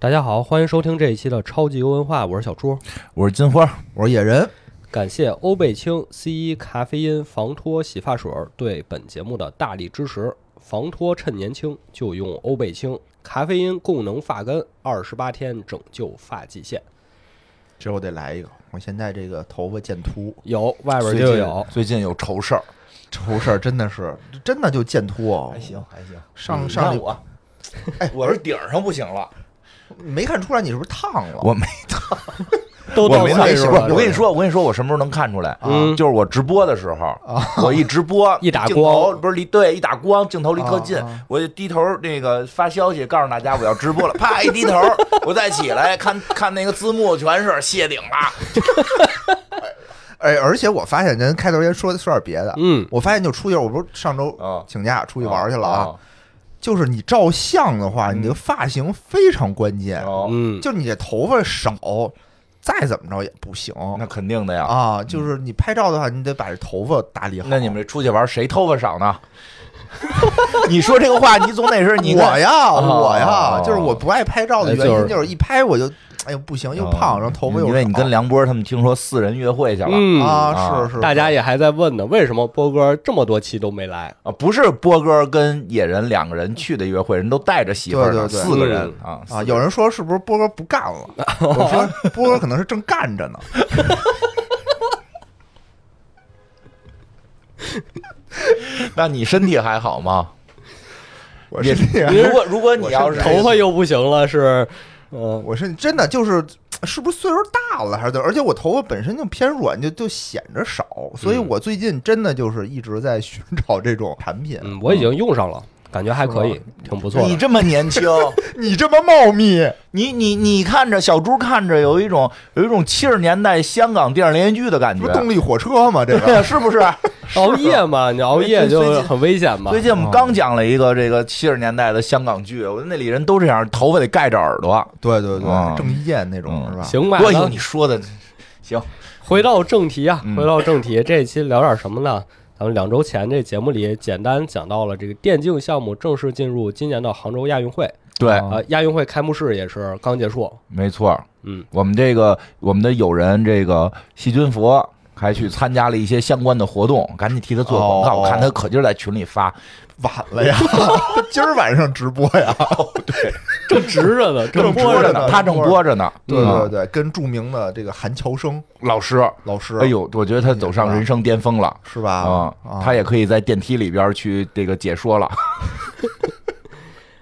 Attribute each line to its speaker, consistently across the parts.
Speaker 1: 大家好，欢迎收听这一期的超级游文化，我是小朱。
Speaker 2: 我是金花，
Speaker 3: 我说野人，
Speaker 1: 感谢欧贝清 C 一咖啡因防脱洗发水对本节目的大力支持。防脱趁年轻就用欧贝清咖啡因供能发根，二十八天拯救发际线。
Speaker 3: 这我得来一个。我现在这个头发见秃，
Speaker 1: 有外边就有，
Speaker 2: 最近有愁事儿，
Speaker 3: 愁事儿真的是真的就见秃哦。
Speaker 2: 还行还行。
Speaker 3: 上
Speaker 2: 你
Speaker 3: 上
Speaker 2: 看
Speaker 3: 礼
Speaker 2: 我，哎，我是顶上不行了，
Speaker 3: 没看出来你是不是烫了？
Speaker 2: 我没，
Speaker 1: 都
Speaker 2: 我
Speaker 1: 到
Speaker 2: 没
Speaker 1: 岁数了。
Speaker 2: 我跟你，说，我跟你说，我什么时候能看出来？
Speaker 1: 嗯
Speaker 2: 就是我直播的时候， 我一直播，
Speaker 1: 一打
Speaker 2: 镜头
Speaker 1: 光
Speaker 2: 不是离对，一打光，镜头离特近
Speaker 3: 啊啊，
Speaker 2: 我就低头那个发消息告诉大家我要直播了，啪一低头，我再起来看看那个字幕，全是谢顶了，
Speaker 3: 哎，而且我发现人开头先说说点别的，
Speaker 1: 嗯，
Speaker 3: 我发现就出去，我不是上周
Speaker 2: 啊
Speaker 3: 请假出去玩去了啊，
Speaker 2: 哦。嗯
Speaker 3: 就是你照相的话，你这个发型非常关键，
Speaker 2: 哦，
Speaker 1: 嗯，
Speaker 3: 就你这头发少，再怎么着也不行
Speaker 2: 那肯定的呀。
Speaker 3: 啊。就是你拍照的话，你得把这头发打理好。
Speaker 2: 那你们这出去玩谁头发少呢？ 你说这个话，你总得是你看
Speaker 3: 我呀，
Speaker 2: 哦
Speaker 3: 我
Speaker 2: 哦
Speaker 3: 呀，就是我不爱拍照的
Speaker 1: 哎
Speaker 3: 原
Speaker 1: 就是
Speaker 3: 因就是一拍我就，哎呦不行，又胖，然后头发又
Speaker 2: 因为哦你
Speaker 3: 少
Speaker 2: 跟梁波他们听说四人约会去了、
Speaker 1: 嗯
Speaker 3: 啊，是是，
Speaker 1: 大家也还在问呢，为什么波哥这么多期都没来？
Speaker 2: 啊，不是波哥跟野人两个人去的约会，人都带着媳妇儿呢，
Speaker 3: 对对对
Speaker 2: 四个人啊
Speaker 3: 啊，有人说是不是波哥不干 了？我说波哥可能是正干着呢。
Speaker 2: 那你身体还好吗？
Speaker 3: 我
Speaker 2: 也
Speaker 3: 是这样，
Speaker 2: 如果如果你要是
Speaker 1: 哎头发又不行了，是，嗯，
Speaker 3: 我是真的就是是不是岁数大了还是怎么？而且我头发本身就偏软，就就显着少，所以
Speaker 1: 嗯
Speaker 3: 我最近真的就是一直在寻找这种产品。
Speaker 1: 嗯，我已经用上了，感觉还可以，挺不错
Speaker 2: 你
Speaker 1: 的。
Speaker 2: 这么年轻，
Speaker 3: 你这么茂密，
Speaker 2: 你你你看着小猪看着有一种有一种七十年代香港电视连续剧的感
Speaker 3: 这
Speaker 2: 觉
Speaker 3: 不，啊动力火车吗？这
Speaker 2: 对
Speaker 3: 个
Speaker 2: 呀， 是不是？
Speaker 1: 熬夜嘛，你熬夜就很危险嘛
Speaker 2: 最。近我们刚讲了一个这个七十年代的香港剧，我那里人都这样，头发得盖着耳朵。
Speaker 3: 对对
Speaker 2: 嗯
Speaker 3: 对，郑伊健那种
Speaker 2: 嗯
Speaker 3: 是吧？
Speaker 1: 行吧，
Speaker 2: 哎
Speaker 1: 那
Speaker 2: 呦，你说的行，
Speaker 1: 回到正题啊
Speaker 2: 嗯，
Speaker 1: 回到正题，这一期聊点什么呢？咱们两周前这节目里简单讲到了这个电竞项目正式进入今年的杭州亚运会
Speaker 2: 对，
Speaker 1: 啊、亚运会开幕式也是刚结束，
Speaker 2: 没错，
Speaker 1: 嗯，
Speaker 2: 我们这个我们的友人这个细菌佛还去参加了一些相关的活动，赶紧替他做广告。
Speaker 3: 哦
Speaker 2: 我看他可劲儿在群里发，
Speaker 3: 晚了呀， 今儿晚上直播 呀。
Speaker 1: 正值着呢，
Speaker 3: 正
Speaker 1: 播
Speaker 3: 播
Speaker 1: 着
Speaker 3: 着
Speaker 1: 呢。
Speaker 3: 呢
Speaker 2: 他正播着呢。
Speaker 3: 对对
Speaker 2: 嗯
Speaker 3: 对，跟著名的这个韩乔生
Speaker 2: 老师，
Speaker 3: 老师，
Speaker 2: 哎呦，我觉得他走上人生巅峰了。
Speaker 3: 是吧？
Speaker 2: 啊，他也可以在电梯里边去这个解说了。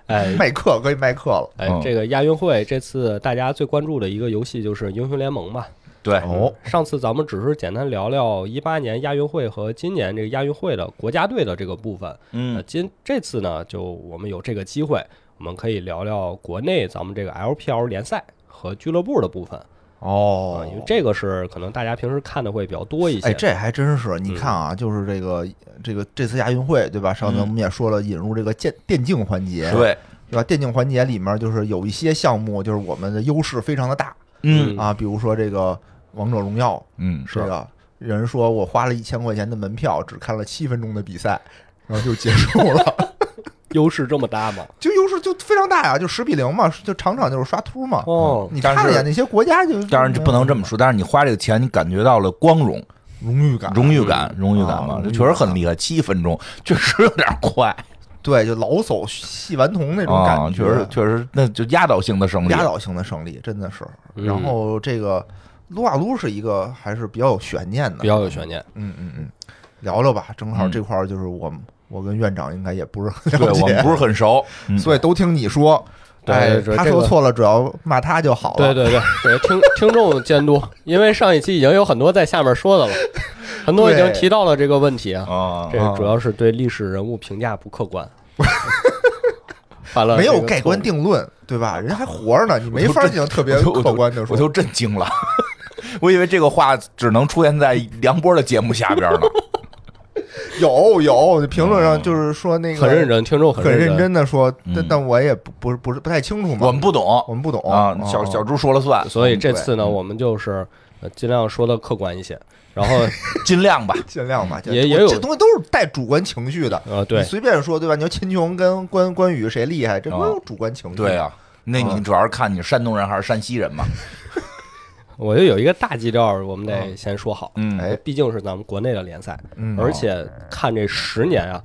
Speaker 1: 哎
Speaker 3: 卖课可以卖课了。
Speaker 1: 哎
Speaker 2: 嗯，
Speaker 1: 这个亚运会这次大家最关注的一个游戏就是英雄联盟嘛。
Speaker 2: 对，
Speaker 3: 哦，
Speaker 1: 上次咱们只是简单聊聊一八年亚运会和今年这个亚运会的国家队的这个部分。那
Speaker 2: 嗯，
Speaker 1: 今这次呢，就我们有这个机会，我们可以聊聊国内咱们这个 LPL 联赛和俱乐部的部分啊，
Speaker 3: 哦
Speaker 1: 因为这个是可能大家平时看的会比较多一些。
Speaker 3: 哎，这还真是，你看啊，就是这个这个这次亚运会，对吧？上
Speaker 2: 嗯
Speaker 3: 次我们也说了，引入这个电电竞环节，
Speaker 2: 对，
Speaker 3: 对吧？电竞环节里面就是有一些项目，就是我们的优势非常的大
Speaker 2: 嗯
Speaker 1: 嗯
Speaker 3: 啊，比如说这个王者荣耀，
Speaker 2: 嗯，
Speaker 3: 这个人说我花了一千块钱的门票，只看了七分钟的比赛，然后就结束了，
Speaker 1: 优势这么大吗？
Speaker 3: 就优势就非常大呀，就十比零嘛，就场场就是刷秃嘛。
Speaker 1: 哦，
Speaker 3: 你看了一眼那些国家就，
Speaker 2: 当然这不能这么说，但是你花这个钱，你感觉到了光荣、
Speaker 3: 荣誉感，
Speaker 2: 荣誉感、荣誉感嘛
Speaker 3: 啊，
Speaker 2: 这确实很厉害。七分钟确实有点快。
Speaker 3: 对，就老叟戏顽童那种感
Speaker 2: 啊、确
Speaker 3: 觉，
Speaker 2: 实确实，那就压倒性的胜利，
Speaker 3: 压倒性的胜利，真的是。
Speaker 1: 嗯
Speaker 3: 然后这个撸啊撸是一个还是比较有悬念的，
Speaker 1: 比较有悬念。
Speaker 3: 嗯嗯嗯，聊聊吧，正好
Speaker 2: 嗯
Speaker 3: 这块儿就是我们、我跟院长应该也不是很
Speaker 2: 对
Speaker 3: 了
Speaker 2: 我
Speaker 3: 解
Speaker 2: 们，不是很熟，嗯
Speaker 3: 所以都听你说。
Speaker 1: 对
Speaker 3: 哎，
Speaker 1: 这
Speaker 3: 他
Speaker 1: 这
Speaker 3: 说
Speaker 1: 个
Speaker 3: 错了，主要骂他就好
Speaker 1: 对
Speaker 3: 了。
Speaker 1: 对对，对听听众监督，因为上一期已经有很多在下面说的了，很多已经
Speaker 3: 对
Speaker 1: 提到了这个问题
Speaker 3: 嗯
Speaker 1: 啊。
Speaker 2: 啊
Speaker 1: 这主要是对历史人物评价不客 观，犯了
Speaker 3: 没
Speaker 1: 这
Speaker 3: 有
Speaker 1: 个
Speaker 3: 盖
Speaker 1: 错误
Speaker 3: 棺定论，对吧？人家还活着呢，你没
Speaker 2: 我就
Speaker 3: 法
Speaker 2: 震
Speaker 3: 进行特别
Speaker 2: 我就我就
Speaker 3: 客观的
Speaker 2: 我
Speaker 3: 说。
Speaker 2: 就震惊了， 我以为这个话只能出现在梁波的节目下边呢。
Speaker 3: 有有评论上就是说那
Speaker 1: 嗯
Speaker 3: 个
Speaker 1: 很认，真，听众
Speaker 3: 很
Speaker 1: 认
Speaker 3: 认真的说，
Speaker 2: 嗯
Speaker 3: 但但我也不不是不是不太清楚嘛，
Speaker 2: 我们不
Speaker 3: 我
Speaker 2: 懂
Speaker 3: 们不懂哦
Speaker 2: 啊，小小猪说了算，
Speaker 1: 所
Speaker 3: 嗯
Speaker 1: 以这次呢，我们就是呃尽量说的客观一些，然 后
Speaker 2: 尽量吧。
Speaker 3: 尽量吧，
Speaker 1: 也
Speaker 3: 尽量
Speaker 1: 也有
Speaker 3: 这东西都是带主观情绪的。
Speaker 1: 呃
Speaker 3: 你
Speaker 1: 对，
Speaker 3: 随便说对吧？你说秦琼跟关关羽谁厉害，这不
Speaker 2: 哦
Speaker 3: 有主观情绪？
Speaker 2: 对，啊，
Speaker 3: 嗯
Speaker 2: 那你主要是看你山东人还是山西人嘛？
Speaker 3: 哎
Speaker 1: 我就有一个大基调，我们得先说好，
Speaker 2: 嗯
Speaker 3: 哎
Speaker 1: 毕竟是咱们国内的联赛，
Speaker 3: 嗯
Speaker 1: 而且看这十年啊，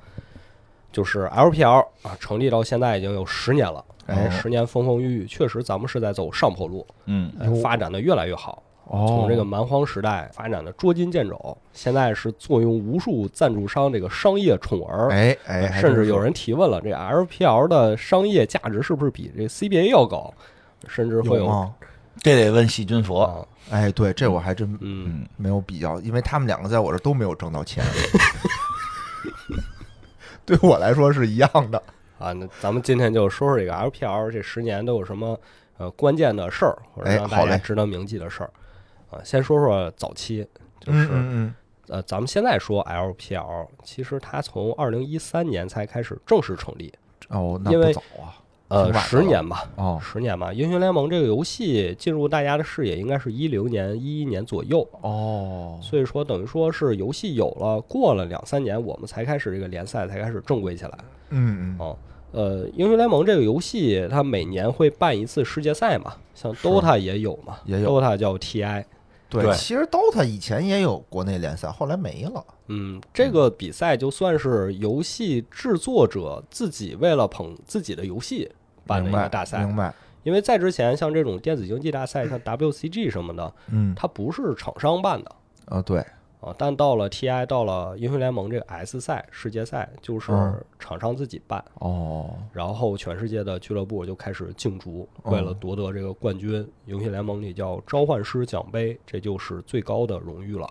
Speaker 1: 就是 LPL 啊成立到现在已经有十年了，
Speaker 3: 哎
Speaker 1: 十年风风雨雨，确实咱们是在走上坡路，
Speaker 2: 嗯
Speaker 1: 哎发展的越来越好。
Speaker 3: 哦，
Speaker 1: 从这个蛮荒时代发展的捉襟见肘，现在是坐拥无数赞助商这个商业宠儿，
Speaker 3: 哎哎，还
Speaker 1: 甚
Speaker 3: 真
Speaker 1: 至
Speaker 3: 是
Speaker 1: 有人提问了，这 LPL 的商业价值是不是比这 CBA 要高？甚至会
Speaker 3: 有吗？
Speaker 2: 这得问细菌佛。
Speaker 1: 啊，
Speaker 3: 哎，对，这我还真
Speaker 1: 嗯，
Speaker 3: 没有比较，因为他们两个在我这都没有挣到钱， 对我来说是一样的。
Speaker 1: 啊，那咱们今天就说说这个 LPL 这十年都有什么呃关键的事儿，或者
Speaker 3: 哎
Speaker 1: 让大
Speaker 3: 好
Speaker 1: 家
Speaker 3: 嘞
Speaker 1: 值得铭记的事儿啊。先说说早期，就是、
Speaker 3: 嗯
Speaker 1: 呃，咱们现在说 LPL，其实它从二零一三年才开始正式成立，
Speaker 3: 嗯，哦，那
Speaker 1: 因为
Speaker 3: 不早啊，
Speaker 1: 呃
Speaker 3: 挺，晚的
Speaker 1: 十
Speaker 3: 了
Speaker 1: 年吧，
Speaker 3: 哦
Speaker 1: 十年吧。英雄联盟这个游戏进入大家的视野，应该是一零年、一一年左右，
Speaker 3: 哦，
Speaker 1: 所以说等于说是游戏有了，过了两三年，我们才开始这个联赛才开始正规起来。
Speaker 3: 嗯嗯，
Speaker 1: 哦，呃，英雄联盟这个游戏，它每年会办一次世界赛嘛，像
Speaker 3: 是
Speaker 1: DOTA 也有嘛，
Speaker 3: 也有
Speaker 1: DOTA 叫 TI，
Speaker 2: 对
Speaker 3: 对，其实 DOTA 以前也有国内联赛，后来没了。
Speaker 1: 嗯，这个比赛就算是游戏制作者自己为了捧自己的游戏办的
Speaker 3: 明
Speaker 1: 一
Speaker 3: 白
Speaker 1: 个大赛
Speaker 3: 明，白。
Speaker 1: 因为在之前像这种电子竞技大 赛，像 WCG 什么的，
Speaker 3: 嗯
Speaker 1: 它不是厂商办的。
Speaker 3: 啊，对，
Speaker 1: 啊，但到了 TI，到了英雄联盟这个 S 赛世界赛，就是
Speaker 3: 嗯
Speaker 1: 厂商自己办，
Speaker 3: 哦，
Speaker 1: 然后全世界的俱乐部就开始竞逐，
Speaker 3: 哦
Speaker 1: 为了夺得这个冠军，游戏联盟里叫召唤师奖杯，这就是最高的荣誉了，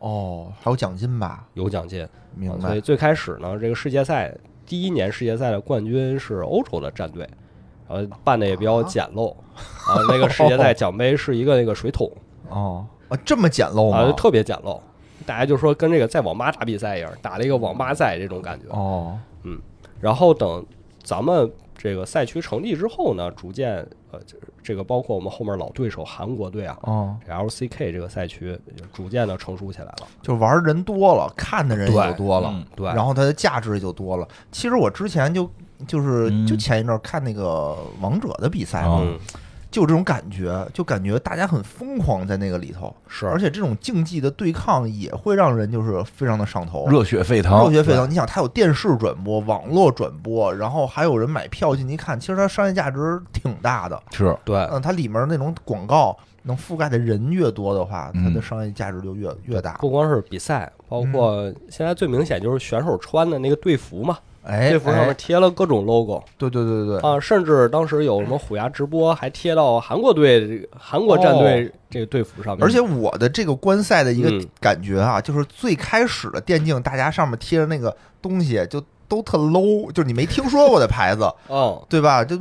Speaker 3: 哦，还有奖金吧？
Speaker 1: 有奖金。
Speaker 3: 明
Speaker 1: 啊所以
Speaker 3: 白。
Speaker 1: 最开始呢，这个世界赛第一年世界赛的冠军是欧洲的战队，然后办的也比较简陋，啊，那个世界 赛奖杯是一个那个水桶，
Speaker 3: 哦，啊，这么简陋
Speaker 1: 啊，就
Speaker 3: 吗？
Speaker 1: 特别简陋。大家就说跟这个在网吧打比赛一样，打了一个网吧赛这种感觉。
Speaker 3: 哦，
Speaker 1: 然后等咱们这个赛区成立之后呢，逐渐呃，这这个包括我们后面老对手韩国队啊，
Speaker 3: 哦，
Speaker 1: 这 LCK 这个赛区也逐渐的成熟起来了。
Speaker 3: 就玩儿人多了，看的人也
Speaker 1: 对
Speaker 3: 就多了，
Speaker 2: 嗯
Speaker 1: 对，
Speaker 3: 然后它的价值也就多了。其实我之前就就是
Speaker 2: 嗯
Speaker 3: 就前一阵儿看那个王者的比赛嘛，
Speaker 1: 嗯，
Speaker 3: 就有这种感觉，就感觉大家很疯狂在那个里头，
Speaker 1: 是
Speaker 3: 而且这种竞技的对抗也会让人就是非常的上头。
Speaker 2: 热血沸腾，
Speaker 3: 热血沸腾，你想它有电视转播、网络转播，然后还有人买票进去看，其实它商业价值挺大的。
Speaker 2: 是
Speaker 1: 对，
Speaker 3: 嗯，它里面那种广告能覆盖的人越多的话，它
Speaker 2: 嗯
Speaker 3: 的商业价值就越越大。
Speaker 1: 不光是比赛，包括
Speaker 3: 嗯
Speaker 1: 现在最明显就是选手穿的那个队服嘛，
Speaker 3: 哎，
Speaker 1: 队服上
Speaker 3: 哎
Speaker 1: 面贴了各种 logo
Speaker 3: 对对对对对，
Speaker 1: 啊，甚至当时有什么虎牙直播还贴到韩国队这个韩国战队这个队服上面，
Speaker 3: 哦而且我的这个观赛的一个
Speaker 1: 嗯
Speaker 3: 感觉啊，就是最开始的电竞，大家上面贴着那个东西就都特 low，就是你没听说过的牌子，
Speaker 1: 嗯，
Speaker 3: 对吧？就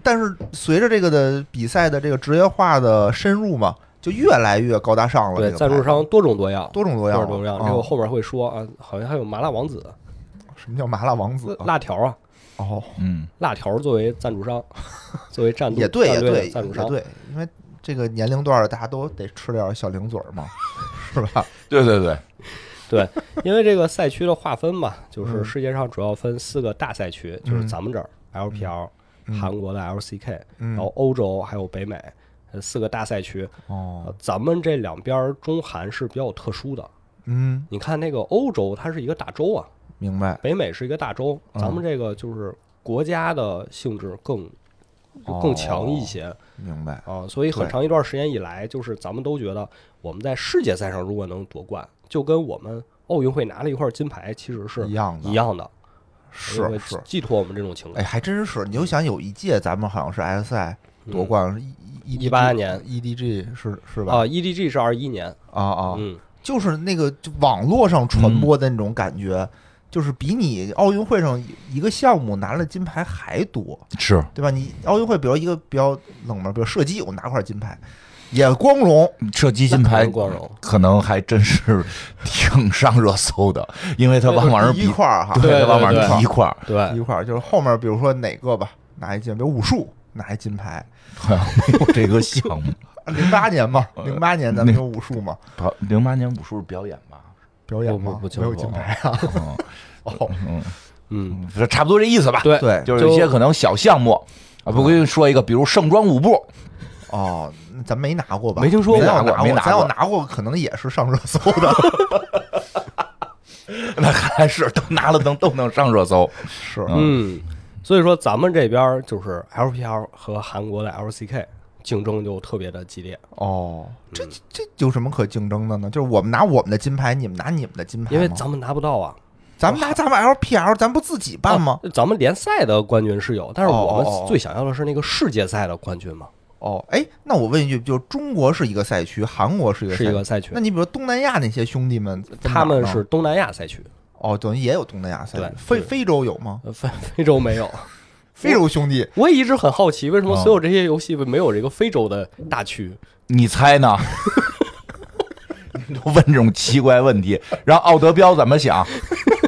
Speaker 3: 但是随着这个的比赛的这个职业化的深入嘛，就越来越高大上了。
Speaker 1: 对，
Speaker 3: 这个
Speaker 1: 赞助
Speaker 3: 牌子
Speaker 1: 商多种多样，
Speaker 3: 多种
Speaker 1: 多
Speaker 3: 多样
Speaker 1: 种
Speaker 3: 了，
Speaker 1: 多样，
Speaker 3: 啊
Speaker 1: 这个后面会说啊，好像还有麻辣王子、
Speaker 3: 什么叫麻辣王子啊？
Speaker 1: 辣条啊，
Speaker 3: 哦，
Speaker 2: 嗯，
Speaker 1: 辣条作为赞助商， 作为战队
Speaker 3: 也对也
Speaker 1: 战队
Speaker 3: 对
Speaker 1: 的
Speaker 3: 也
Speaker 1: 赞助商，
Speaker 3: 对，因为这个年龄段儿大家都得吃点儿小零嘴儿嘛，是吧？
Speaker 2: 对对对，
Speaker 1: 对，因为这个赛区的划分嘛，就是
Speaker 3: 嗯
Speaker 1: 世界上主要分四个大赛区，就是咱们这儿 LPL、
Speaker 3: 嗯
Speaker 1: 韩国的 LCK，、
Speaker 3: 嗯
Speaker 1: 然后欧洲还有北美。呃四个大赛区，呃
Speaker 3: 哦，
Speaker 1: 咱们这两边儿中韩是比较特殊的。
Speaker 3: 嗯，
Speaker 1: 你看那个欧洲，它是一个大洲啊，
Speaker 3: 明白。
Speaker 1: 北美是一个大洲，
Speaker 3: 嗯
Speaker 1: 咱们这个就是国家的性质更就更
Speaker 3: 哦
Speaker 1: 强一些
Speaker 3: 明白，
Speaker 1: 啊，所以很
Speaker 3: 对
Speaker 1: 长一段时间以来，就是咱们都觉得我们在世界赛上如果能夺冠，就跟我们奥运会拿了一块金牌其实是
Speaker 3: 一样的
Speaker 1: 一样的，
Speaker 3: 是
Speaker 1: 因为
Speaker 3: 是，
Speaker 1: 寄托我们这种情
Speaker 3: 哎，
Speaker 1: 感。
Speaker 3: 还真是，你就想有一届咱们好像是 S I 夺冠，是一一
Speaker 1: 18年
Speaker 3: E D G 是是吧？
Speaker 1: 嗯啊，EDG 是二一年，
Speaker 3: 啊啊，
Speaker 1: 嗯，
Speaker 3: 就是那个就网络上传播的那种感觉，就是比你奥运会上一个项目拿了金牌还多，
Speaker 2: 是
Speaker 3: 对吧？你奥运会比如一个比较冷门，比如射击，我拿块金牌也光荣，
Speaker 2: 射击
Speaker 1: 那
Speaker 2: 金
Speaker 1: 可
Speaker 2: 牌
Speaker 1: 能光荣。
Speaker 2: 可能还真是 挺上热搜的，因为他往往上
Speaker 3: 第一
Speaker 2: 比，
Speaker 3: 块儿哈，
Speaker 1: 对对
Speaker 2: 他往往
Speaker 1: 对
Speaker 2: 上
Speaker 1: 对
Speaker 2: 比 一块儿，
Speaker 3: 第
Speaker 1: 对
Speaker 3: 一，块儿就是后面比如说哪个吧，拿一金，比如武术拿一金牌，
Speaker 2: 好像没有这个项目。
Speaker 3: 零八 年嘛，
Speaker 2: 呃
Speaker 3: 零八年咱们有武术嘛，
Speaker 2: 好，零八年武术是表演吧？
Speaker 3: 表
Speaker 1: 不
Speaker 3: 演
Speaker 1: 不
Speaker 3: 嘛，
Speaker 1: 不清
Speaker 3: 没有
Speaker 1: 楚
Speaker 3: 金
Speaker 1: 啊
Speaker 3: 牌啊，
Speaker 2: 嗯
Speaker 3: 哦，
Speaker 2: 嗯
Speaker 1: 嗯，
Speaker 2: 嗯，差不多这意思吧。
Speaker 1: 对
Speaker 3: 对，
Speaker 2: 就是一些可能小项目啊，不，我跟你说一个，比如盛装舞步，
Speaker 3: 哦，那咱没拿过吧？
Speaker 1: 没听说过
Speaker 3: 咱要
Speaker 2: 没拿过没拿
Speaker 3: 咱要
Speaker 2: 过
Speaker 3: 拿过，可能也是上热搜 的。
Speaker 2: 那还是都拿了能都能上热搜。
Speaker 3: 是，
Speaker 1: 嗯，所以说咱们这边儿就是 LPL 和韩国的 LCK 竞争就特别的激烈，
Speaker 3: 哦，这这有什么可竞争的呢？就是我们拿我们的金牌，你们拿你们的金牌吗，
Speaker 1: 因为咱们拿不到啊，
Speaker 3: 咱们拿咱们 LPL，咱不自己办吗？
Speaker 1: 啊咱们联赛的冠军是有，但是我
Speaker 3: 哦哦哦
Speaker 1: 们最想要的是那个世界赛的冠军嘛，
Speaker 3: 哦，哎，那我问一句，就是中国是一个赛区，韩国是一个
Speaker 1: 是
Speaker 3: 赛
Speaker 1: 一
Speaker 3: 区
Speaker 1: 个，赛区
Speaker 3: 那，你比如东南亚那些兄弟们，在哪
Speaker 1: 他
Speaker 3: 儿
Speaker 1: 们
Speaker 3: 呢
Speaker 1: 是东南亚赛区，
Speaker 3: 哦，等于也有东南亚赛
Speaker 1: 对
Speaker 3: 区，非
Speaker 1: 对
Speaker 3: 非洲有吗？
Speaker 1: 呃，非 非洲没有。
Speaker 3: 非洲兄弟
Speaker 1: 我也一直很好奇，为什么所有这些游戏没有这个非洲的大区？
Speaker 2: 你猜 呢？你就问这种奇怪问题，让奥德彪怎么想？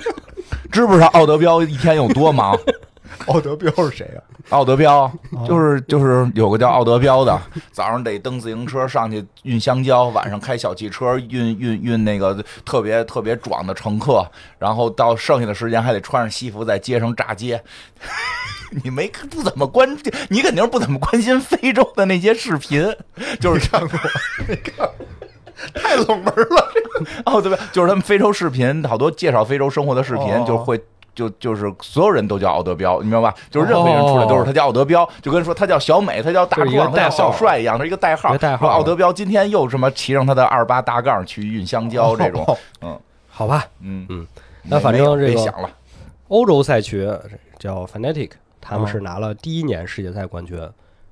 Speaker 2: 知不知道奥德彪一天有多忙？
Speaker 3: 奥哦德彪是谁啊呀、
Speaker 2: 奥德彪就是就是有个叫奥德彪的，早上得蹬自行车上去运香蕉，晚上开小汽车运运运那个特别特别壮的乘客，然后到剩下的时间还得穿上西服在街上炸街。你没不怎么关，你肯定不怎么关心非洲的那些视频，就是看过，
Speaker 3: 太冷门了，
Speaker 2: 哦，对吧？就是他们非洲视频，好多介绍非洲生活的视
Speaker 3: 哦
Speaker 2: 频，就会。就就是所有人都叫奥德彪，你明白吧？就是任何人出来都是他叫奥德彪，就跟说他叫小美，他叫大
Speaker 1: 哦就是一个
Speaker 2: 壮，他
Speaker 1: 代
Speaker 2: 叫
Speaker 1: 号
Speaker 2: 小帅一样，他是一个代
Speaker 1: 一
Speaker 2: 号。
Speaker 1: 个代号
Speaker 2: 说奥德彪今天又什么骑上他的二八大杠去运香蕉这种，嗯
Speaker 1: 好吧，
Speaker 2: 嗯
Speaker 1: 嗯，
Speaker 2: 没
Speaker 1: 哦那反正
Speaker 2: 没有
Speaker 1: 这
Speaker 2: 别
Speaker 1: 个
Speaker 2: 想了，
Speaker 1: 欧洲赛区叫 Fnatic，他们是拿了第一年世界赛冠军，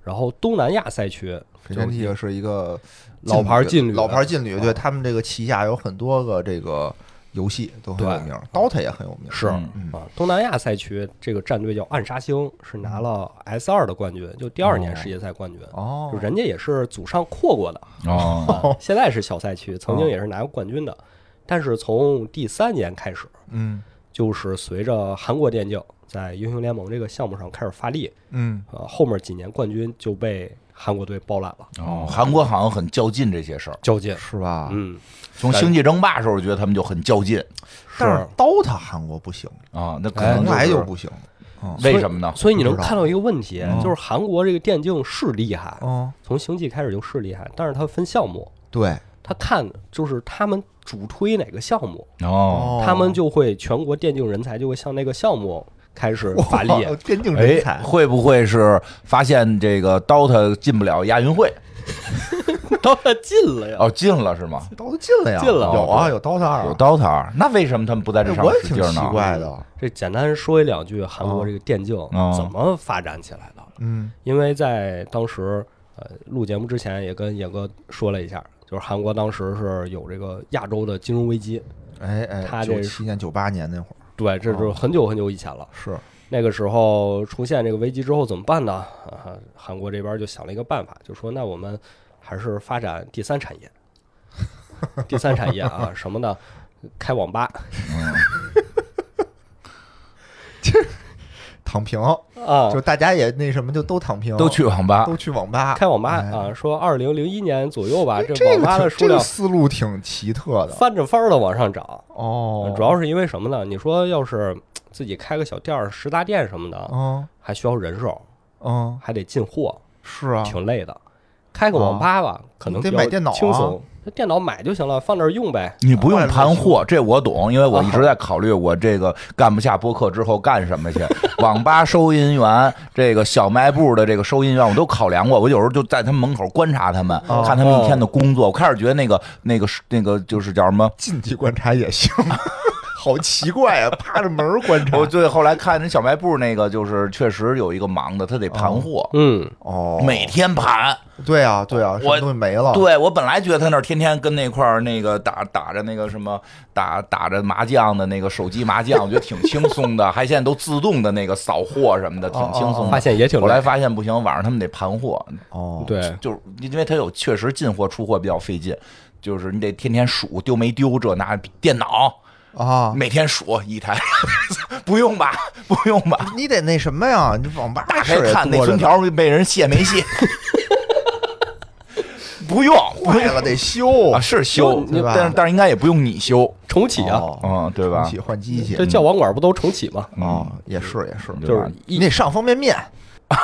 Speaker 1: 然后东南亚赛区
Speaker 2: 嗯
Speaker 3: 飞
Speaker 1: 就
Speaker 3: 天体是一个
Speaker 1: 老牌劲旅
Speaker 3: 老牌劲旅，
Speaker 1: 哦
Speaker 3: 对他们这个旗下有很多个这个游戏都很有
Speaker 1: 对
Speaker 3: 名，DOTA 也很有名，
Speaker 1: 是
Speaker 2: 嗯
Speaker 1: 啊，东南亚赛区这个战队叫暗杀星，是拿了 S 二的冠军，就第二年世界赛冠军，
Speaker 3: 哦
Speaker 1: 就，人家也是祖上扩过的，
Speaker 2: 哦，
Speaker 1: 啊，现在是小赛区，曾经也是拿过冠军的，但是从第三年开始，
Speaker 3: 嗯
Speaker 1: 就是随着韩国电竞在英雄联盟这个项目上开始发力，
Speaker 3: 嗯，
Speaker 1: 呃，后面几年冠军就被韩国队包揽了，
Speaker 2: 哦，韩国好像很较劲这些事儿，
Speaker 1: 较劲。
Speaker 3: 是吧？
Speaker 1: 嗯，
Speaker 2: 从星际争霸时候，我觉得他们就很较劲
Speaker 3: 但是 DOTA 韩国不行，
Speaker 2: 啊，那可
Speaker 1: 哎
Speaker 2: 能
Speaker 3: 从来
Speaker 2: 是
Speaker 3: 就不行，
Speaker 2: 为什么呢？
Speaker 1: 所以你能
Speaker 3: 不知道
Speaker 1: 看到一个问题，就是韩国这个电竞是厉害，
Speaker 3: 嗯，
Speaker 1: 从星际开始就是厉害，但是它分项目，
Speaker 3: 对，
Speaker 1: 它看就是他们主推哪个项目，
Speaker 2: 哦，
Speaker 3: 哦
Speaker 1: 他们就会全国电竞人才就会向那个项目开始发力。
Speaker 3: 哇电竞人
Speaker 2: 哎，
Speaker 3: 才，
Speaker 2: 会不会是发现这个 DOTA 进不了亚运会？
Speaker 1: 到他进了呀，
Speaker 2: 哦，进了是吗？
Speaker 3: 刀都进了呀，
Speaker 1: 进了
Speaker 3: 有啊，有 DOTA 二
Speaker 2: 有 DOTA 二，那为什么他们不在这
Speaker 3: 哎
Speaker 2: 上
Speaker 3: 我也
Speaker 2: 使
Speaker 3: 挺
Speaker 2: 劲儿
Speaker 3: 奇
Speaker 2: 呢？嗯
Speaker 3: 怪的，
Speaker 1: 这简单说一两句韩国这个电竞
Speaker 2: 哦
Speaker 1: 怎么发展起来的。
Speaker 3: 嗯
Speaker 1: 因为在当时呃录节目之前也跟野哥说了一下，就是韩国当时是有这个亚洲的金融危机，
Speaker 3: 哎哎，
Speaker 1: 他
Speaker 3: 九
Speaker 1: 这
Speaker 3: 七年、九八年那会儿
Speaker 1: 对，这就是很久很久以前了。
Speaker 3: 是，
Speaker 1: 那个时候出现这个危机之后怎么办呢？啊，韩国这边就想了一个办法，就说那我们还是发展第三产业。第三产业啊，什么呢？开网吧
Speaker 3: 躺平，
Speaker 1: 啊，
Speaker 3: 就大家也那什么，就都躺平，
Speaker 2: 都去网吧
Speaker 3: 都去网吧。
Speaker 1: 开网吧
Speaker 3: 哎
Speaker 1: 啊。说二零零一年左右吧，这
Speaker 3: 这
Speaker 1: 网
Speaker 3: 个
Speaker 1: 吧的
Speaker 3: 挺
Speaker 1: 数
Speaker 3: 这个
Speaker 1: 量
Speaker 3: 思路挺奇特的
Speaker 1: 翻着番儿的往上涨。
Speaker 3: 哦
Speaker 2: 嗯
Speaker 1: 呃，主要是因为什么呢？你说要是嘖自己开个小店儿、食杂店什么的，
Speaker 3: 嗯
Speaker 1: 还需要人手，
Speaker 3: 嗯
Speaker 1: 还得进货，
Speaker 3: 是啊，
Speaker 1: 挺累的。开个网吧吧，可能
Speaker 3: 哦你得
Speaker 1: 比较
Speaker 3: 买电脑啊
Speaker 1: 轻松，那电脑买就行了，放那儿用呗。
Speaker 2: 你不
Speaker 3: 啊
Speaker 2: 用盘货，这我懂，因为我一直在考虑我这个干不下播客之后干什么去。网吧收银员，这个小卖部的这个收银员，我都考量过。我有时候就在他们门口观察他们，
Speaker 3: 哦
Speaker 2: 看他们一天的工作。我开始觉得那个那个那个就是叫什么
Speaker 3: 近距观察也行， 好奇怪啊，趴着门儿观察
Speaker 2: 我最后来看人小卖部那个，就是确实有一个忙的，他得盘货，
Speaker 1: 嗯，
Speaker 3: 哦，
Speaker 2: 每天盘。
Speaker 3: 对啊对啊，什么
Speaker 2: 我
Speaker 3: 东西没
Speaker 1: 哦
Speaker 3: 了，
Speaker 2: 对我本来觉得他那儿天天跟那块儿那个打打着那个什么打打着麻将的那个手机麻将，我觉得挺轻松的，还现在都自动的那个扫货什么的，挺轻松
Speaker 1: 哦发
Speaker 2: 的。
Speaker 1: 现也挺
Speaker 2: 后来
Speaker 1: 累。
Speaker 2: 发现不行，晚上他们得盘货，
Speaker 3: 哦，
Speaker 1: 对，
Speaker 2: 就是因为他有确实进货出货比较费劲，就是你得天天数丢没丢这那电脑
Speaker 1: 哦
Speaker 3: 啊，
Speaker 2: 每天数一台， 不用吧， 不用吧。
Speaker 3: 你得那什么呀，你网吧
Speaker 2: 打
Speaker 3: 事
Speaker 2: 开
Speaker 3: 儿也
Speaker 2: 看那
Speaker 3: 多着
Speaker 2: 封
Speaker 3: 呢，
Speaker 2: 条被人卸没卸， 不用不
Speaker 3: 坏
Speaker 2: 用
Speaker 3: 了得修
Speaker 2: 啊，是修，
Speaker 3: 对吧
Speaker 2: 但是但是应该也不用你修，
Speaker 1: 重启啊，
Speaker 3: 哦嗯
Speaker 2: 嗯，对吧
Speaker 3: 重？启换机器
Speaker 1: 这叫网管不都重启吗？
Speaker 2: 嗯
Speaker 3: 哦，也是也是，
Speaker 1: 就是
Speaker 2: 吧
Speaker 1: 一
Speaker 3: 你得上方便面，
Speaker 1: 啊